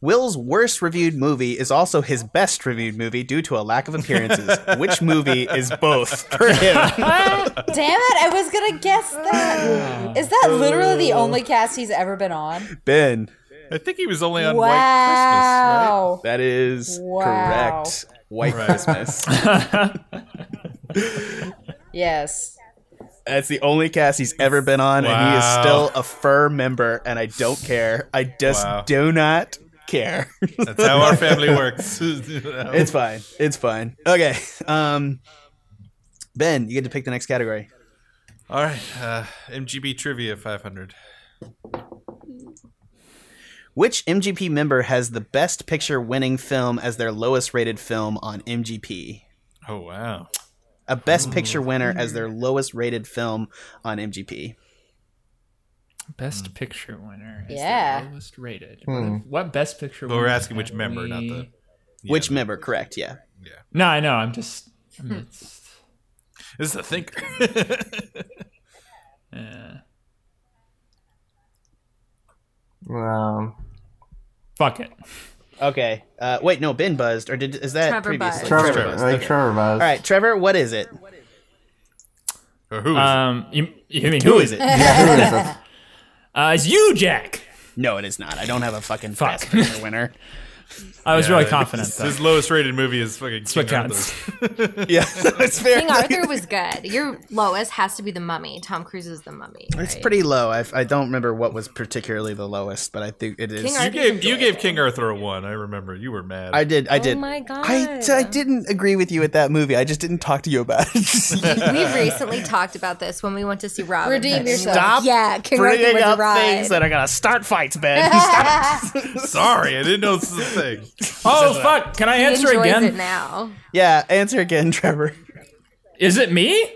[SPEAKER 1] Will's worst reviewed movie is also his best reviewed movie due to a lack of appearances. Which movie is both for him?
[SPEAKER 2] Damn it, I was gonna guess that. Is that literally the only cast he's ever been on?
[SPEAKER 1] Ben,
[SPEAKER 3] I think he was only on White
[SPEAKER 2] Wow.
[SPEAKER 1] that is
[SPEAKER 2] Wow.
[SPEAKER 1] correct. White
[SPEAKER 3] Right.
[SPEAKER 1] Christmas.
[SPEAKER 2] Yes.
[SPEAKER 1] That's the only cast he's ever been on, and he is
[SPEAKER 3] Wow.
[SPEAKER 1] still a fur member, and I don't care. I just
[SPEAKER 3] Wow.
[SPEAKER 1] do not care.
[SPEAKER 3] Christmas. That's how our family works.
[SPEAKER 1] it's fine. It's fine. Okay. Um, ben, you get to pick the next category.
[SPEAKER 3] all right. Uh, MGB Trivia 500.
[SPEAKER 1] Which MGP member has the best picture winning film as their lowest rated film on MGP?
[SPEAKER 3] Oh, wow.
[SPEAKER 1] A
[SPEAKER 3] Hmm.
[SPEAKER 1] best picture winner as their lowest rated film on MGP.
[SPEAKER 5] Best picture winner. is the
[SPEAKER 2] Yeah.
[SPEAKER 5] Lowest rated.
[SPEAKER 4] Hmm.
[SPEAKER 5] What, what best picture
[SPEAKER 3] But we're
[SPEAKER 5] winner
[SPEAKER 3] asking which
[SPEAKER 5] have
[SPEAKER 3] member, not
[SPEAKER 5] we-
[SPEAKER 3] the. Yeah,
[SPEAKER 1] Which
[SPEAKER 3] the-
[SPEAKER 1] member? Correct. Yeah.
[SPEAKER 5] No, I know. I'm just. I'm just-
[SPEAKER 3] This is a thinker.
[SPEAKER 5] uh,
[SPEAKER 4] Um,
[SPEAKER 5] Fuck it.
[SPEAKER 1] Okay. Uh, wait, no, Ben buzzed, or did is that
[SPEAKER 6] Trevor
[SPEAKER 1] previously?
[SPEAKER 6] buzzed.
[SPEAKER 4] Trevor,
[SPEAKER 1] buzzed,
[SPEAKER 4] like
[SPEAKER 1] okay.
[SPEAKER 4] Trevor Buzz.
[SPEAKER 1] All right, Trevor, what is it?
[SPEAKER 3] Or who is
[SPEAKER 5] Um, you, you mean
[SPEAKER 1] Who is it?
[SPEAKER 4] Yeah, who is it?
[SPEAKER 5] Uh, it's you, Jack.
[SPEAKER 1] no, it is not. I don't have a fucking
[SPEAKER 5] Fuck.
[SPEAKER 1] Fast Paced winner.
[SPEAKER 5] I was
[SPEAKER 3] Yeah,
[SPEAKER 5] really
[SPEAKER 3] it-
[SPEAKER 5] confident. though.
[SPEAKER 3] His Uh, lowest rated movie is fucking
[SPEAKER 5] That's what
[SPEAKER 3] King Arthur.
[SPEAKER 5] counts.
[SPEAKER 1] Yeah, it's fair.
[SPEAKER 6] King Arthur was good. Your lowest has to be the mummy. Tom Cruise is the mummy.
[SPEAKER 1] It's
[SPEAKER 6] right?
[SPEAKER 1] pretty low. I, I don't remember what was particularly the lowest, but I think it is.
[SPEAKER 6] King
[SPEAKER 3] You
[SPEAKER 6] Arthur's
[SPEAKER 3] gave you gave
[SPEAKER 6] enjoyable.
[SPEAKER 3] King Arthur a one. I remember you were mad.
[SPEAKER 1] I did. I did.
[SPEAKER 6] Oh my God.
[SPEAKER 1] I, I didn't agree with you at that movie. I just didn't talk to you about it.
[SPEAKER 6] We recently talked about this when we went to see Robin.
[SPEAKER 2] Redeem
[SPEAKER 6] Hood.
[SPEAKER 2] yourself.
[SPEAKER 1] Stop
[SPEAKER 6] Yeah, King Arthur
[SPEAKER 1] bringing
[SPEAKER 6] was a
[SPEAKER 1] up
[SPEAKER 6] ride.
[SPEAKER 1] things that are gonna start fights, Ben. Stop.
[SPEAKER 3] Sorry, I didn't know this was a thing.
[SPEAKER 5] oh fuck! Can I
[SPEAKER 6] He
[SPEAKER 5] answer
[SPEAKER 6] enjoys
[SPEAKER 5] again?
[SPEAKER 6] it now.
[SPEAKER 1] yeah, answer again, Trevor.
[SPEAKER 5] Is it me?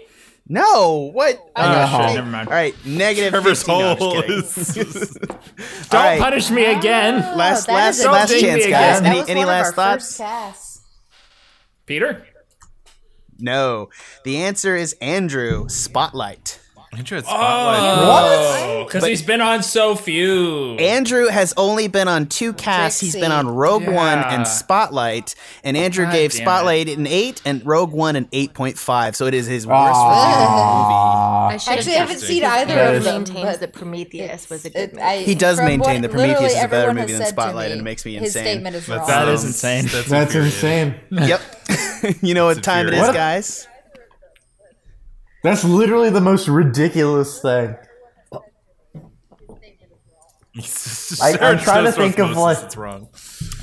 [SPEAKER 1] No, what?
[SPEAKER 5] Oh,
[SPEAKER 4] No.
[SPEAKER 5] shit, never mind.
[SPEAKER 1] All right, negative.
[SPEAKER 3] Trevor's
[SPEAKER 1] 15. No, I'm just
[SPEAKER 3] hole
[SPEAKER 1] kidding.
[SPEAKER 3] is.
[SPEAKER 5] Don't
[SPEAKER 1] All right.
[SPEAKER 5] punish me again,
[SPEAKER 1] Last,
[SPEAKER 2] that
[SPEAKER 1] last,
[SPEAKER 2] is a-
[SPEAKER 1] last
[SPEAKER 5] Don't ding
[SPEAKER 1] chance,
[SPEAKER 5] me
[SPEAKER 1] guys.
[SPEAKER 5] again.
[SPEAKER 2] That
[SPEAKER 1] Any,
[SPEAKER 2] was
[SPEAKER 1] any
[SPEAKER 2] one of our
[SPEAKER 1] last thoughts?
[SPEAKER 2] first casts.
[SPEAKER 5] Peter.
[SPEAKER 1] No. The answer is Andrew. Spotlight.
[SPEAKER 3] Andrew had Spotlight.
[SPEAKER 5] What? Because Oh, he's been on so few.
[SPEAKER 1] Andrew has only been on two casts. He's been
[SPEAKER 2] Dixie.
[SPEAKER 1] on Rogue One
[SPEAKER 5] Yeah.
[SPEAKER 1] and Spotlight, and Andrew
[SPEAKER 5] God
[SPEAKER 1] gave
[SPEAKER 5] damn it.
[SPEAKER 1] Spotlight an eight and Rogue One an eight point five. So it is his worst
[SPEAKER 4] Aw.
[SPEAKER 6] I should
[SPEAKER 2] Actually, I haven't seen either
[SPEAKER 4] That
[SPEAKER 2] of
[SPEAKER 4] is-
[SPEAKER 2] them.
[SPEAKER 6] maintains
[SPEAKER 2] but
[SPEAKER 6] that Prometheus was a good
[SPEAKER 2] it-
[SPEAKER 6] movie.
[SPEAKER 2] I-
[SPEAKER 1] He does
[SPEAKER 2] from what
[SPEAKER 1] maintain that Prometheus
[SPEAKER 2] literally
[SPEAKER 1] is a better
[SPEAKER 2] everyone
[SPEAKER 1] movie
[SPEAKER 2] has
[SPEAKER 1] than
[SPEAKER 2] said to
[SPEAKER 1] Spotlight, and it makes me
[SPEAKER 2] His
[SPEAKER 1] insane.
[SPEAKER 2] statement is wrong.
[SPEAKER 5] That
[SPEAKER 3] um,
[SPEAKER 5] is insane.
[SPEAKER 4] That's
[SPEAKER 3] infuriating.
[SPEAKER 4] insane.
[SPEAKER 1] movie. Yep. you know what time it is,
[SPEAKER 4] What?
[SPEAKER 1] guys?
[SPEAKER 4] That's literally the most ridiculous thing. I- I'm
[SPEAKER 3] Sarah
[SPEAKER 4] trying to
[SPEAKER 3] Snowstorm
[SPEAKER 4] think of,
[SPEAKER 3] knows
[SPEAKER 4] like-
[SPEAKER 3] it's wrong.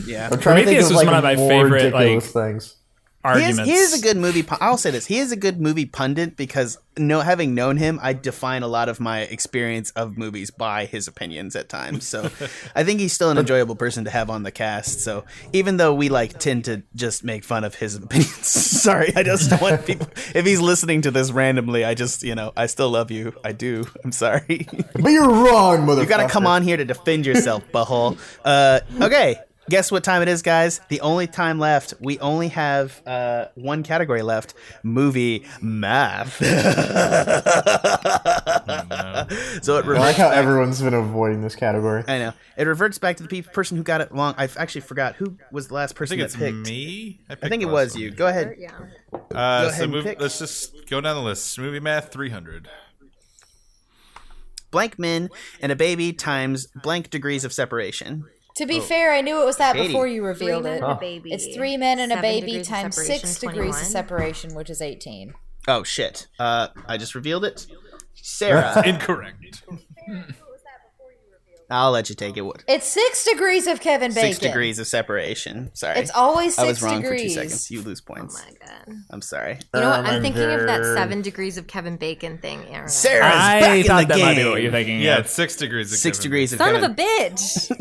[SPEAKER 1] Yeah.
[SPEAKER 4] I'm trying
[SPEAKER 5] Prometheus
[SPEAKER 4] to think of, like,
[SPEAKER 5] was one of my
[SPEAKER 4] more
[SPEAKER 5] favorite,
[SPEAKER 4] ridiculous
[SPEAKER 5] like-
[SPEAKER 4] things.
[SPEAKER 1] He is,
[SPEAKER 5] Arguments.
[SPEAKER 1] he is a good movie. pu- I'll say this: he is a good movie pundit because, no, having known him, I define a lot of my experience of movies by his opinions at times. So, I think he's still an enjoyable person to have on the cast. So, even though we like tend to just make fun of his opinions, sorry, I just don't want people. If he's listening to this randomly, I just, you know, I still love you. I do. I'm sorry.
[SPEAKER 4] But you're wrong, motherfucker.
[SPEAKER 1] you got to come on here to defend yourself, butthole. Uh, okay, guess what time it is, guys? The only time left. We only have uh, one category left: movie math.
[SPEAKER 3] Mm-hmm.
[SPEAKER 1] so it
[SPEAKER 4] I
[SPEAKER 1] reverts.
[SPEAKER 4] like how everyone's been avoiding this category.
[SPEAKER 1] I know it reverts back to the pe- person who got it wrong. I actually forgot who was the last
[SPEAKER 3] I
[SPEAKER 1] person
[SPEAKER 3] think it's
[SPEAKER 1] that picked.
[SPEAKER 3] me.
[SPEAKER 1] I think it
[SPEAKER 3] picked
[SPEAKER 1] was
[SPEAKER 3] last
[SPEAKER 1] you.
[SPEAKER 3] one.
[SPEAKER 1] Go ahead.
[SPEAKER 6] yeah.
[SPEAKER 3] Uh,
[SPEAKER 1] ahead
[SPEAKER 3] so
[SPEAKER 1] and
[SPEAKER 3] move,
[SPEAKER 1] pick.
[SPEAKER 3] let's just go down the list. Movie math three hundred.
[SPEAKER 1] Blank men and a baby times blank degrees of separation.
[SPEAKER 2] To be fair, I knew it was that
[SPEAKER 1] Katie.
[SPEAKER 2] before you revealed it.
[SPEAKER 6] baby.
[SPEAKER 2] It's three men and a
[SPEAKER 6] Seven
[SPEAKER 2] baby
[SPEAKER 6] degrees of
[SPEAKER 2] times
[SPEAKER 6] separation,
[SPEAKER 2] six degrees of
[SPEAKER 6] 21.
[SPEAKER 2] separation, which is 18.
[SPEAKER 1] Oh shit! Uh, I just revealed it. Sarah,
[SPEAKER 3] Incorrect.
[SPEAKER 1] I'll let you take it. What?
[SPEAKER 2] It's six degrees of Kevin Bacon.
[SPEAKER 1] six degrees of separation. Sorry,
[SPEAKER 2] It's always
[SPEAKER 1] I
[SPEAKER 2] six
[SPEAKER 1] was wrong
[SPEAKER 2] degrees.
[SPEAKER 1] for two seconds. You lose points.
[SPEAKER 6] My God.
[SPEAKER 1] I'm sorry.
[SPEAKER 6] You know what? I'm
[SPEAKER 4] Um,
[SPEAKER 6] thinking of that
[SPEAKER 4] there-
[SPEAKER 6] seven degrees of Kevin Bacon thing, Aaron.
[SPEAKER 1] Sarah's
[SPEAKER 5] I
[SPEAKER 1] back
[SPEAKER 5] thought
[SPEAKER 1] in the
[SPEAKER 5] that
[SPEAKER 1] game.
[SPEAKER 5] might be what you're thinking.
[SPEAKER 3] Yeah,
[SPEAKER 5] of.
[SPEAKER 3] it's six degrees. Of
[SPEAKER 1] Six
[SPEAKER 3] Kevin.
[SPEAKER 1] degrees of
[SPEAKER 6] Son
[SPEAKER 1] Kevin.
[SPEAKER 6] of a bitch.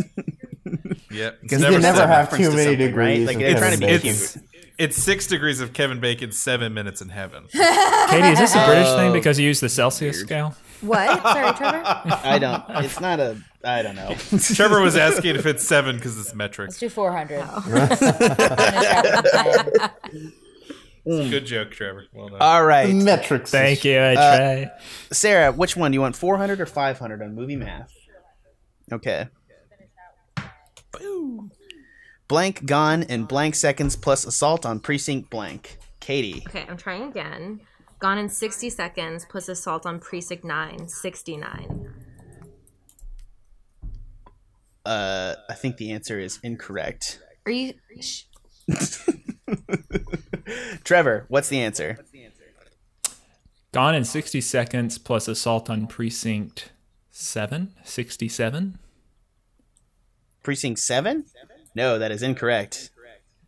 [SPEAKER 3] Yep.
[SPEAKER 4] Because you can never
[SPEAKER 3] seven.
[SPEAKER 4] have
[SPEAKER 1] reference
[SPEAKER 4] too
[SPEAKER 1] to
[SPEAKER 4] many
[SPEAKER 1] something, right?
[SPEAKER 4] degrees.
[SPEAKER 1] Like,
[SPEAKER 4] of
[SPEAKER 1] they're
[SPEAKER 4] Kevin
[SPEAKER 1] trying to be
[SPEAKER 4] Bacon.
[SPEAKER 3] It's, it's six degrees of Kevin Bacon, seven minutes in heaven.
[SPEAKER 5] Katie, is this a British thing because you use the Celsius scale?
[SPEAKER 6] What? Sorry, Trevor.
[SPEAKER 1] I don't. It's not a. I don't know.
[SPEAKER 3] Trevor was asking if it's seven because it's metric.
[SPEAKER 2] Let's do 400.
[SPEAKER 6] Oh.
[SPEAKER 1] Hmm.
[SPEAKER 3] Good joke, Trevor. Well done.
[SPEAKER 1] All right,
[SPEAKER 4] Metrics.
[SPEAKER 5] Thank you. I
[SPEAKER 1] Uh,
[SPEAKER 5] try.
[SPEAKER 1] Sarah. Which one do you want? Four hundred or five hundred on movie math? Okay. Boom. Blank gone in blank seconds plus assault on precinct blank. Katie.
[SPEAKER 6] Okay, I'm trying again. Gone in 60 seconds plus assault on precinct 9, 69.
[SPEAKER 1] Uh, I think the answer is incorrect.
[SPEAKER 6] Are you. Sh-
[SPEAKER 1] Trevor, what's the answer?
[SPEAKER 5] Gone in 60 seconds plus assault on precinct 7, 67.
[SPEAKER 1] Precinct seven? No, that is incorrect.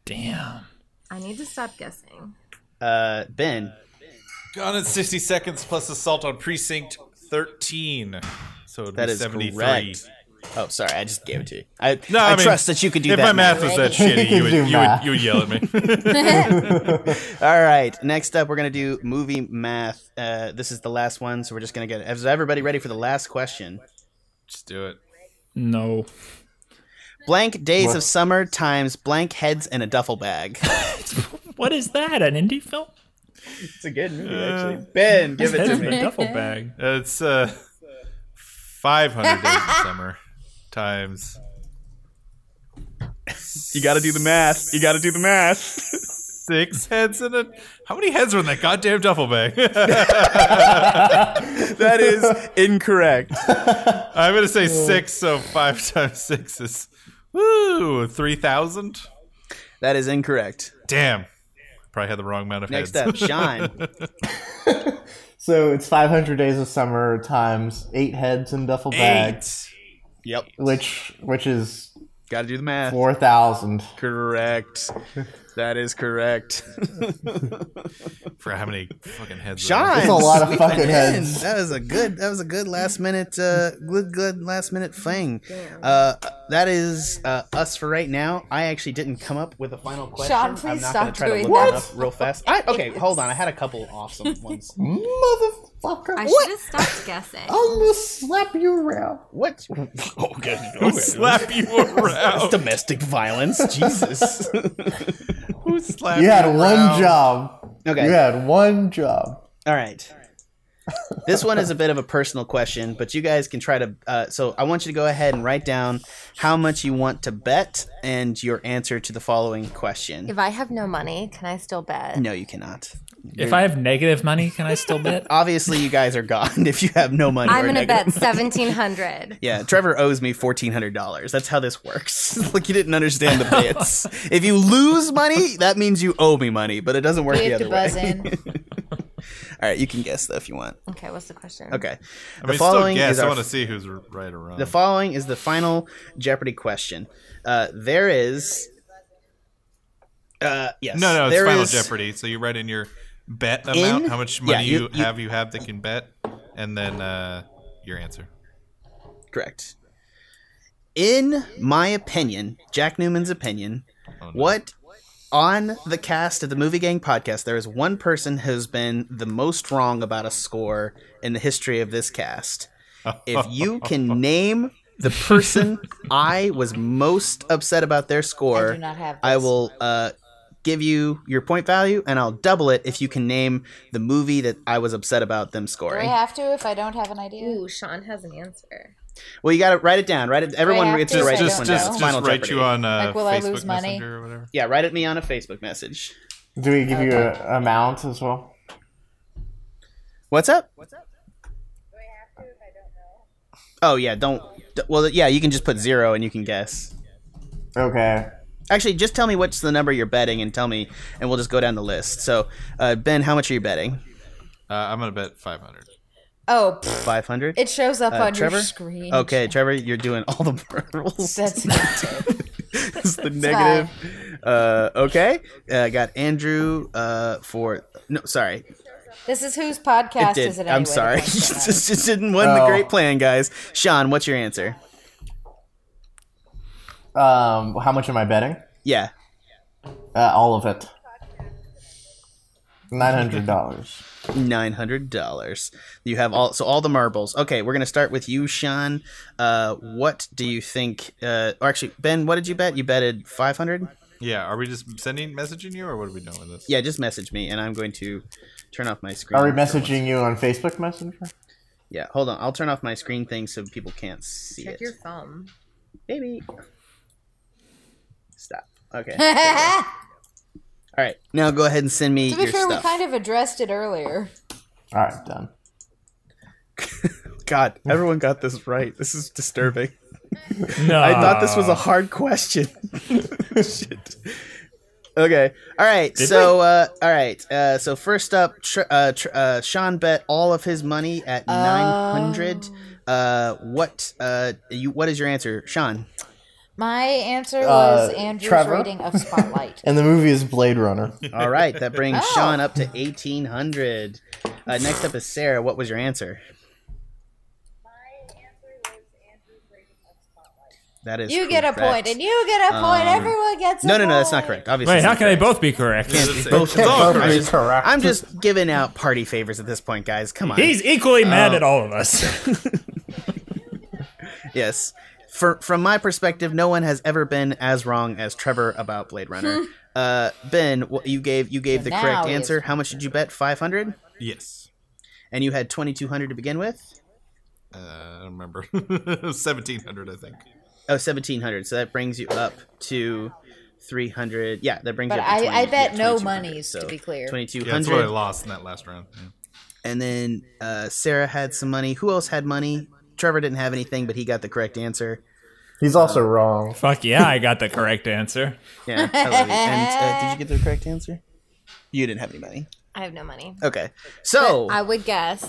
[SPEAKER 5] Damn.
[SPEAKER 6] I need to stop guessing.
[SPEAKER 1] Uh, Ben.
[SPEAKER 3] Gone in 60 seconds plus assault on precinct 13. So it'd
[SPEAKER 1] That
[SPEAKER 3] be
[SPEAKER 1] is
[SPEAKER 3] 73.
[SPEAKER 1] correct. Oh, sorry, I just gave it to you. I,
[SPEAKER 3] No,
[SPEAKER 1] I,
[SPEAKER 3] I mean,
[SPEAKER 1] trust that you could do
[SPEAKER 3] If
[SPEAKER 1] that.
[SPEAKER 3] my math was that shitty, you would,
[SPEAKER 4] Do
[SPEAKER 3] you, would,
[SPEAKER 4] math.
[SPEAKER 3] you would yell at me.
[SPEAKER 1] now. All right, next up, we're gonna do movie math. Uh, this is the last one, so we're just gonna get. Is everybody ready for the last question?
[SPEAKER 3] Just do it.
[SPEAKER 5] No.
[SPEAKER 1] Blank days of summer times blank heads in a duffel bag.
[SPEAKER 5] What is that? An indie film?
[SPEAKER 1] it's a good movie, actually. Ben, give it
[SPEAKER 5] Head
[SPEAKER 1] to
[SPEAKER 5] in a
[SPEAKER 1] me.
[SPEAKER 5] duffel bag.
[SPEAKER 3] Uh, It's uh, 500 days of summer. times.
[SPEAKER 7] You got to do the math. You got to do the math.
[SPEAKER 3] Six heads in a. How many heads were in that goddamn duffel bag?
[SPEAKER 7] That is incorrect.
[SPEAKER 3] I'm gonna say six, so five times six is woo three thousand.
[SPEAKER 1] That is incorrect.
[SPEAKER 3] Damn, probably had the wrong amount of
[SPEAKER 1] Next
[SPEAKER 3] heads.
[SPEAKER 1] up, Sean.
[SPEAKER 4] So it's 500 days of summer times eight heads in duffel bag,
[SPEAKER 3] Eight.
[SPEAKER 7] Yep.
[SPEAKER 4] which which is
[SPEAKER 7] Got to do the math.
[SPEAKER 4] 4,000.
[SPEAKER 7] Correct. That is correct.
[SPEAKER 3] For how many fucking heads? there
[SPEAKER 1] Sean,
[SPEAKER 3] were.
[SPEAKER 4] That's a lot of
[SPEAKER 1] sweeping
[SPEAKER 4] fucking
[SPEAKER 1] in.
[SPEAKER 4] heads.
[SPEAKER 1] That was a good. That was a good last minute. Uh, good, good last minute thing. Uh, that is uh, us for right now. I actually didn't come up with a final question.
[SPEAKER 2] Sean, please
[SPEAKER 1] I'm not
[SPEAKER 2] stop
[SPEAKER 1] gonna try
[SPEAKER 2] doing
[SPEAKER 1] to look it
[SPEAKER 2] that.
[SPEAKER 1] up real fast. I, okay, hold on. I had a couple awesome ones.
[SPEAKER 4] Motherfucker.
[SPEAKER 6] I
[SPEAKER 4] what?
[SPEAKER 6] should have stopped
[SPEAKER 4] I'm
[SPEAKER 6] guessing.
[SPEAKER 4] gonna slap you around.
[SPEAKER 1] What? Oh, good. Slap
[SPEAKER 3] slap you around.
[SPEAKER 1] domestic violence. Jesus.
[SPEAKER 3] Who slapped
[SPEAKER 4] You had
[SPEAKER 3] you
[SPEAKER 4] one
[SPEAKER 3] around?
[SPEAKER 4] job.
[SPEAKER 1] Okay.
[SPEAKER 4] You had one job.
[SPEAKER 1] All right. this one is a bit of a personal question, but you guys can try to. Uh, so I want you to go ahead and write down how much you want to bet and your answer to the following question.
[SPEAKER 6] If I have no money, can I still bet?
[SPEAKER 1] No, you cannot.
[SPEAKER 5] If I have negative money, can I still bet?
[SPEAKER 1] Obviously, you guys are gone if you have no money.
[SPEAKER 6] I'm
[SPEAKER 1] or
[SPEAKER 6] gonna
[SPEAKER 1] negative-
[SPEAKER 6] bet seventeen hundred.
[SPEAKER 1] Yeah, Trevor owes me fourteen hundred dollars. That's how this works. like you didn't understand the bits. if you lose money, that means you owe me money, but it doesn't work
[SPEAKER 2] We
[SPEAKER 1] the
[SPEAKER 2] have
[SPEAKER 1] other
[SPEAKER 2] to buzz
[SPEAKER 1] way.
[SPEAKER 2] in.
[SPEAKER 1] All right, you can guess though if you want.
[SPEAKER 6] Okay, what's the question?
[SPEAKER 1] Okay.
[SPEAKER 3] I mean,
[SPEAKER 1] the following
[SPEAKER 3] still guess.
[SPEAKER 1] is
[SPEAKER 3] I
[SPEAKER 1] our
[SPEAKER 3] want to see who's r- right or wrong.
[SPEAKER 1] The following is the final Jeopardy question. Uh, there is. Uh, yes.
[SPEAKER 3] no, no, it's
[SPEAKER 1] there
[SPEAKER 3] Final
[SPEAKER 1] is-
[SPEAKER 3] Jeopardy. So you write in your bet amount, how much
[SPEAKER 1] yeah,
[SPEAKER 3] money
[SPEAKER 1] you-
[SPEAKER 3] you,
[SPEAKER 1] you-
[SPEAKER 3] have you have that can bet, and then uh, your answer.
[SPEAKER 1] Correct. In my opinion, Jack Newman's opinion, what on the cast of the Movie Gang podcast, there is one person who's been the most wrong about a score in the history of this cast. If you can name the person I was most upset about their score,
[SPEAKER 2] I do not have
[SPEAKER 1] I
[SPEAKER 2] this.
[SPEAKER 1] will uh, give you your point value and I'll double it if you can name the movie that I was upset about them
[SPEAKER 2] Do I
[SPEAKER 1] scoring.
[SPEAKER 2] have to if I don't have an idea?
[SPEAKER 6] Ooh, Sean has an answer.
[SPEAKER 1] Well, you got to write it down. Write it. Everyone
[SPEAKER 2] have
[SPEAKER 1] gets
[SPEAKER 2] to
[SPEAKER 1] to write
[SPEAKER 2] say
[SPEAKER 1] this
[SPEAKER 2] I
[SPEAKER 3] Just,
[SPEAKER 1] one
[SPEAKER 2] don't
[SPEAKER 1] down.
[SPEAKER 3] just, just
[SPEAKER 1] Final
[SPEAKER 3] write
[SPEAKER 1] Jeopardy.
[SPEAKER 3] you on uh,
[SPEAKER 2] Like, will I
[SPEAKER 3] Facebook
[SPEAKER 2] lose money?
[SPEAKER 3] Messenger or whatever.
[SPEAKER 1] Yeah, write it me on a Facebook message.
[SPEAKER 4] Do we give you a amount as well?
[SPEAKER 1] What's up? What's up? Oh yeah, don't. d- Well, yeah, you can just put zero and you can guess.
[SPEAKER 4] Okay.
[SPEAKER 1] Actually, just tell me what's the number you're betting and tell me, and we'll just go down the list. So, uh, Ben, how much are you betting?
[SPEAKER 3] Uh, I'm gonna bet 500.
[SPEAKER 2] Oh, pff,
[SPEAKER 1] Five hundred.
[SPEAKER 2] it shows up on
[SPEAKER 1] Uh, Trevor?
[SPEAKER 2] your screen.
[SPEAKER 1] Okay, Trevor, you're doing all the rules.
[SPEAKER 2] That's
[SPEAKER 1] It's the negative. Uh, okay, uh, I got Andrew uh, for no, sorry,
[SPEAKER 2] this is whose podcast
[SPEAKER 1] did
[SPEAKER 2] is it? Anyway
[SPEAKER 1] I'm sorry,
[SPEAKER 2] that points that out?
[SPEAKER 1] just, just didn't wasn't
[SPEAKER 4] Oh.
[SPEAKER 1] the great plan, guys. Sean, what's your answer?
[SPEAKER 4] Um, how much am I betting?
[SPEAKER 1] Yeah,
[SPEAKER 4] Uh, all of it. Nine hundred dollars.
[SPEAKER 1] nine hundred dollars. You have all so all the marbles. Okay, we're gonna start with you, Sean. Uh, what do you think? Uh, or actually, Ben, what did you bet? You betted five hundred.
[SPEAKER 3] Yeah, are we just sending messaging you, or what are we doing with this?
[SPEAKER 1] Yeah, just message me, and I'm going to turn off my screen.
[SPEAKER 4] Are we messaging you on Facebook Messenger?
[SPEAKER 1] Yeah, hold on. I'll turn off my screen thing so people can't see
[SPEAKER 6] Check
[SPEAKER 1] it.
[SPEAKER 6] your thumb.
[SPEAKER 1] Baby. Stop. Okay. All right. Now go ahead and send me
[SPEAKER 2] to be
[SPEAKER 1] your
[SPEAKER 2] fair,
[SPEAKER 1] stuff.
[SPEAKER 2] we kind of addressed it earlier.
[SPEAKER 4] All right, done.
[SPEAKER 1] God, everyone got this right. This is disturbing.
[SPEAKER 5] No.
[SPEAKER 1] I thought this was a hard question. Shit. Okay. All right. so, uh, all right. Uh, so first up, tr- uh, tr- uh, Sean bet all of his money at
[SPEAKER 2] Oh.
[SPEAKER 1] nine hundred. Uh, what? Uh, you? What is your answer, Sean?
[SPEAKER 2] My answer was
[SPEAKER 4] Uh,
[SPEAKER 2] Andrew's
[SPEAKER 4] Trevor?
[SPEAKER 2] rating of Spotlight.
[SPEAKER 4] And the movie is Blade Runner.
[SPEAKER 1] All right, that brings
[SPEAKER 2] Oh.
[SPEAKER 1] Sean up to eighteen hundred. Uh, next up is Sarah. What was your answer? That is
[SPEAKER 2] you get a
[SPEAKER 1] correct. Um,
[SPEAKER 2] point, and you get a point. Everyone gets a
[SPEAKER 1] no, no, no, that's
[SPEAKER 2] point.
[SPEAKER 1] not correct. Obviously,
[SPEAKER 5] Wait,
[SPEAKER 1] it's
[SPEAKER 5] how
[SPEAKER 1] not
[SPEAKER 5] can they
[SPEAKER 1] correct.
[SPEAKER 5] both be correct?
[SPEAKER 1] Can't be both.
[SPEAKER 3] It's all
[SPEAKER 1] I'm
[SPEAKER 3] correct.
[SPEAKER 1] just,
[SPEAKER 4] correct.
[SPEAKER 1] I'm just giving out party favors at this point, guys. Come on.
[SPEAKER 5] He's equally mad at all of us.
[SPEAKER 1] yes. For, from my perspective, no one has ever been as wrong as Trevor about Blade Runner. uh, ben, wh- you gave you gave the
[SPEAKER 2] Hmm. Now
[SPEAKER 1] correct
[SPEAKER 2] he is
[SPEAKER 1] answer. How much did you bet? Five hundred,
[SPEAKER 3] Yes.
[SPEAKER 1] and you had twenty two hundred to begin with.
[SPEAKER 3] Uh, I don't remember. 1700, I think.
[SPEAKER 1] Oh, 1700. So that brings you up to 300. Yeah, that brings
[SPEAKER 2] But
[SPEAKER 1] you up to
[SPEAKER 2] I-
[SPEAKER 1] 20,
[SPEAKER 2] I bet
[SPEAKER 1] yeah,
[SPEAKER 2] no
[SPEAKER 1] 2200,
[SPEAKER 2] monies, to
[SPEAKER 1] so
[SPEAKER 2] be clear.
[SPEAKER 3] Yeah, that's what I
[SPEAKER 1] 2200.
[SPEAKER 3] lost in that last round. Yeah.
[SPEAKER 1] and then uh, Sarah had some money. Who else had money? Trevor didn't have anything, but he got the correct answer.
[SPEAKER 4] He's also wrong.
[SPEAKER 5] Fuck yeah, I got the correct answer.
[SPEAKER 1] Yeah. hallelujah. and uh, did you get the correct answer? You didn't have any money.
[SPEAKER 6] I have no money.
[SPEAKER 1] Okay. So,
[SPEAKER 6] I would guess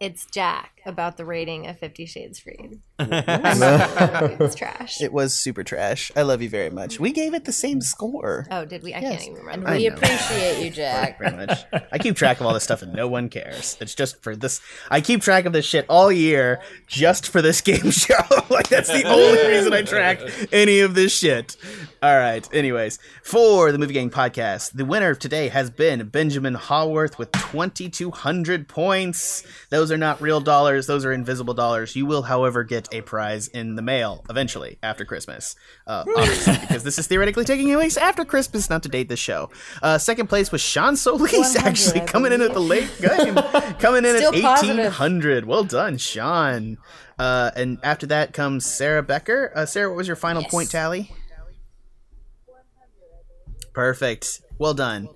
[SPEAKER 6] it's Jack about the rating of Fifty Shades Freed. it's trash.
[SPEAKER 1] It was super trash. I love you very much. We gave it the same score.
[SPEAKER 6] oh, did we? I can't even remember.
[SPEAKER 2] We
[SPEAKER 1] I know.
[SPEAKER 2] appreciate you, Jack.
[SPEAKER 1] Pretty much. I keep track of all this stuff and no one cares. It's just for this. I keep track of this shit all year just for this game show. like, that's the only reason I track any of this shit. All right. Anyways, for the Movie Gang podcast, the winner of today has been Benjamin Haworth with 2,200 points. Those are not real dollars, those are invisible dollars. You will, however, get a prize in the mail eventually after Christmas. Uh, obviously, because this is theoretically taking place after Christmas, not to date the show. Uh, second place was Sean Solis,
[SPEAKER 2] 100,
[SPEAKER 1] actually,
[SPEAKER 2] I
[SPEAKER 1] coming in at the late game. coming in
[SPEAKER 2] Still
[SPEAKER 1] at
[SPEAKER 2] positive.
[SPEAKER 1] 1,800. Well done, Sean. Uh, and after that comes Sarah Becker. Uh, Sarah, what was your final point tally? Perfect. Well done.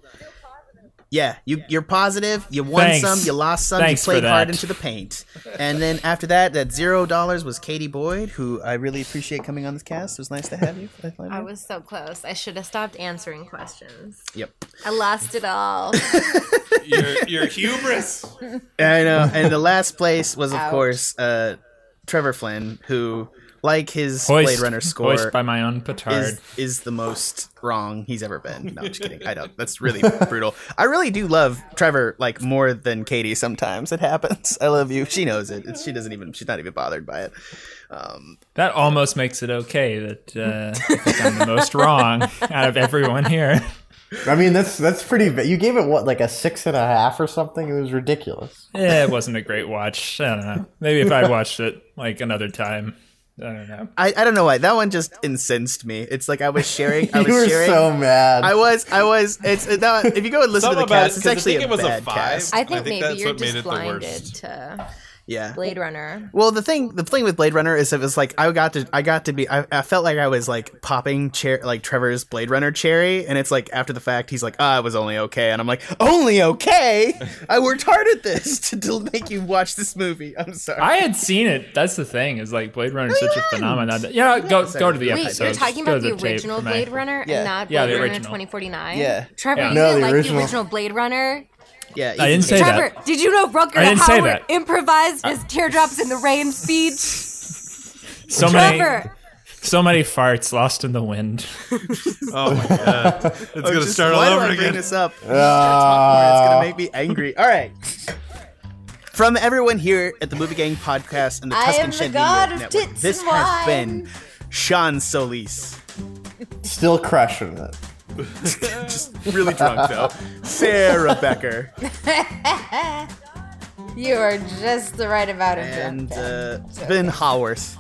[SPEAKER 1] Yeah, you you're positive. You won
[SPEAKER 5] Thanks.
[SPEAKER 1] some, you lost some.
[SPEAKER 5] Thanks
[SPEAKER 1] you
[SPEAKER 5] for
[SPEAKER 1] played
[SPEAKER 5] that.
[SPEAKER 1] hard into the paint, and then after that, that zero dollars was Katie Boyd, who I really appreciate coming on this cast. It was nice to have you.
[SPEAKER 6] I was so close. I should have stopped answering questions.
[SPEAKER 1] Yep.
[SPEAKER 6] I lost it all.
[SPEAKER 3] Your, your hubris.
[SPEAKER 1] I know. And the last place was, of
[SPEAKER 2] Ouch.
[SPEAKER 1] course, uh, Trevor Flynn, who, like his Blade
[SPEAKER 5] Hoist,
[SPEAKER 1] Runner
[SPEAKER 5] hoist
[SPEAKER 1] score,
[SPEAKER 5] by my own petard.
[SPEAKER 1] is, is the most wrong he's ever been. No, I'm just kidding. I don't. That's really brutal. I really do love Trevor like more than Katie. Sometimes it happens. I love you. She knows it. It's- She doesn't even. She's not even bothered by it.
[SPEAKER 5] That almost makes it okay that uh, I think I'm the most wrong out of everyone here.
[SPEAKER 4] I mean, that's that's pretty. ba- You gave it what, like a six and a half or something? It was ridiculous.
[SPEAKER 5] Eh, it wasn't a great watch. I don't know. Maybe if I'd watched it like another time, I don't know.
[SPEAKER 1] I, I don't know why that one just incensed me. It's like I was sharing. I was
[SPEAKER 4] You were
[SPEAKER 1] sharing.
[SPEAKER 4] so mad.
[SPEAKER 1] I was. I was. It's it- that, if you go and listen to
[SPEAKER 3] Something
[SPEAKER 1] the
[SPEAKER 3] about
[SPEAKER 1] cast,
[SPEAKER 3] it,
[SPEAKER 1] it's
[SPEAKER 3] 'cause I
[SPEAKER 1] actually
[SPEAKER 3] think
[SPEAKER 1] a
[SPEAKER 3] it was a
[SPEAKER 1] bad
[SPEAKER 3] five.
[SPEAKER 1] cast.
[SPEAKER 6] I
[SPEAKER 3] I
[SPEAKER 6] think
[SPEAKER 3] think
[SPEAKER 6] maybe
[SPEAKER 3] that's
[SPEAKER 6] you're
[SPEAKER 3] what made
[SPEAKER 6] just
[SPEAKER 3] it the
[SPEAKER 6] blinded
[SPEAKER 3] worst.
[SPEAKER 6] to
[SPEAKER 1] Yeah.
[SPEAKER 6] Blade Runner.
[SPEAKER 1] Well, the thing, the thing with Blade Runner is it was like I got to, I got to be, I, I felt like I was like popping chair, like Trevor's Blade Runner cherry, and it's like after the fact he's like, ah, I was only okay, and I'm like, only okay? I worked hard at this to, to make you watch this movie. I'm sorry.
[SPEAKER 5] I had seen it. That's the thing is like Blade Runner is such a phenomenon. That, yeah, go go to the
[SPEAKER 6] Wait,
[SPEAKER 5] episode.
[SPEAKER 6] you're talking
[SPEAKER 5] Go
[SPEAKER 6] about
[SPEAKER 5] to
[SPEAKER 6] the,
[SPEAKER 5] tape
[SPEAKER 6] original
[SPEAKER 5] for me.
[SPEAKER 6] Blade Runner
[SPEAKER 1] Yeah.
[SPEAKER 6] and not Blade
[SPEAKER 5] Yeah, the
[SPEAKER 6] Runner
[SPEAKER 5] original.
[SPEAKER 6] 2049?
[SPEAKER 1] Yeah.
[SPEAKER 6] Trevor,
[SPEAKER 5] Yeah.
[SPEAKER 6] you
[SPEAKER 4] No,
[SPEAKER 6] didn't
[SPEAKER 4] the
[SPEAKER 6] like
[SPEAKER 4] original.
[SPEAKER 6] the original Blade Runner?
[SPEAKER 1] yeah,
[SPEAKER 5] I didn't say
[SPEAKER 6] Trevor,
[SPEAKER 5] that.
[SPEAKER 6] did you know Rutger
[SPEAKER 5] I didn't say
[SPEAKER 6] Howard
[SPEAKER 5] that.
[SPEAKER 6] improvised his teardrops in the rain speech?
[SPEAKER 5] So many,
[SPEAKER 6] Trevor,
[SPEAKER 5] so many farts lost in the wind.
[SPEAKER 3] Oh my god! It's gonna
[SPEAKER 1] Oh, Just
[SPEAKER 3] start all
[SPEAKER 1] why do I
[SPEAKER 3] over
[SPEAKER 1] bring
[SPEAKER 3] again.
[SPEAKER 1] This up. It's
[SPEAKER 4] Ah.
[SPEAKER 1] gonna make me angry. All right. From everyone here at the Movie Gang Podcast and the
[SPEAKER 2] I am
[SPEAKER 1] Tuscan
[SPEAKER 2] the
[SPEAKER 1] Shed
[SPEAKER 2] god
[SPEAKER 1] Media
[SPEAKER 2] of
[SPEAKER 1] Network,
[SPEAKER 2] tits
[SPEAKER 1] this
[SPEAKER 2] and
[SPEAKER 1] has
[SPEAKER 2] wine.
[SPEAKER 1] been Sean Solis,
[SPEAKER 4] Still crushing it.
[SPEAKER 1] uh, really drunk though. Sarah Becker
[SPEAKER 2] You are just the right amount of
[SPEAKER 1] and
[SPEAKER 2] drunk.
[SPEAKER 1] uh, Ben Haworth.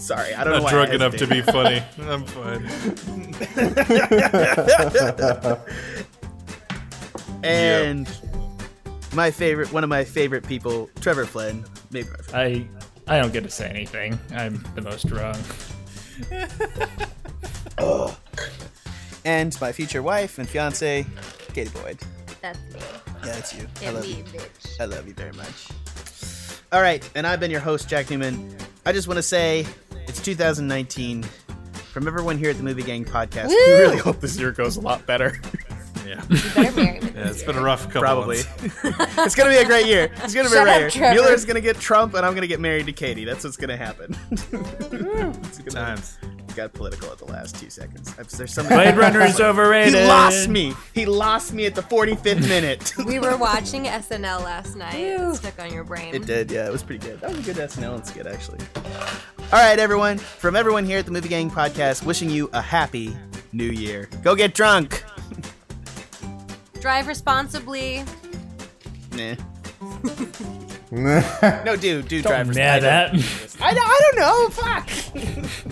[SPEAKER 1] Sorry, I don't know.
[SPEAKER 3] Not
[SPEAKER 1] why I
[SPEAKER 3] drunk enough to
[SPEAKER 1] hesitated.
[SPEAKER 3] be funny. I'm fine.
[SPEAKER 1] And my favorite, one of my favorite people, Trevor Flynn. Maybe
[SPEAKER 5] I I don't get to say anything. I'm the most wrong.
[SPEAKER 1] and my future wife and fiance, Katie Boyd.
[SPEAKER 6] that's me.
[SPEAKER 1] Yeah, it's you. I
[SPEAKER 6] And
[SPEAKER 1] love
[SPEAKER 6] me,
[SPEAKER 1] you.
[SPEAKER 6] bitch.
[SPEAKER 1] I love you very much. All right, and I've been your host, Jack Newman. I just want to say it's 2019. From everyone here at the Movie Gang podcast, we
[SPEAKER 2] Woo!
[SPEAKER 1] really hope this year goes a lot better.
[SPEAKER 3] Yeah.
[SPEAKER 6] Better marry me.
[SPEAKER 3] yeah, it's been a rough couple.
[SPEAKER 1] Probably.
[SPEAKER 3] months.
[SPEAKER 1] it's going to be a great year. It's going to be
[SPEAKER 2] Shut
[SPEAKER 1] a
[SPEAKER 2] up,
[SPEAKER 1] great year.
[SPEAKER 2] Trevor.
[SPEAKER 1] Mueller's going to get Trump, and I'm going to get married to Katie. That's what's going to happen. it's gonna,
[SPEAKER 3] times.
[SPEAKER 1] Got political at the last two seconds. I've- There's some
[SPEAKER 5] Blade Runner is
[SPEAKER 1] He
[SPEAKER 5] overrated.
[SPEAKER 1] lost me. He lost me at the 45th minute.
[SPEAKER 6] We were watching SNL last night. It stuck on your brain.
[SPEAKER 1] It did, yeah. It was pretty good. That was a good SNL and skit, actually. All right, everyone. From everyone here at the Movie Gang Podcast, wishing you a happy new year. Go get drunk.
[SPEAKER 6] Drive responsibly.
[SPEAKER 1] Nah. No, dude, dude,
[SPEAKER 5] Don't
[SPEAKER 1] drivers.
[SPEAKER 5] mad
[SPEAKER 1] I,
[SPEAKER 5] at.
[SPEAKER 1] don't, I, don't, I don't know. Fuck.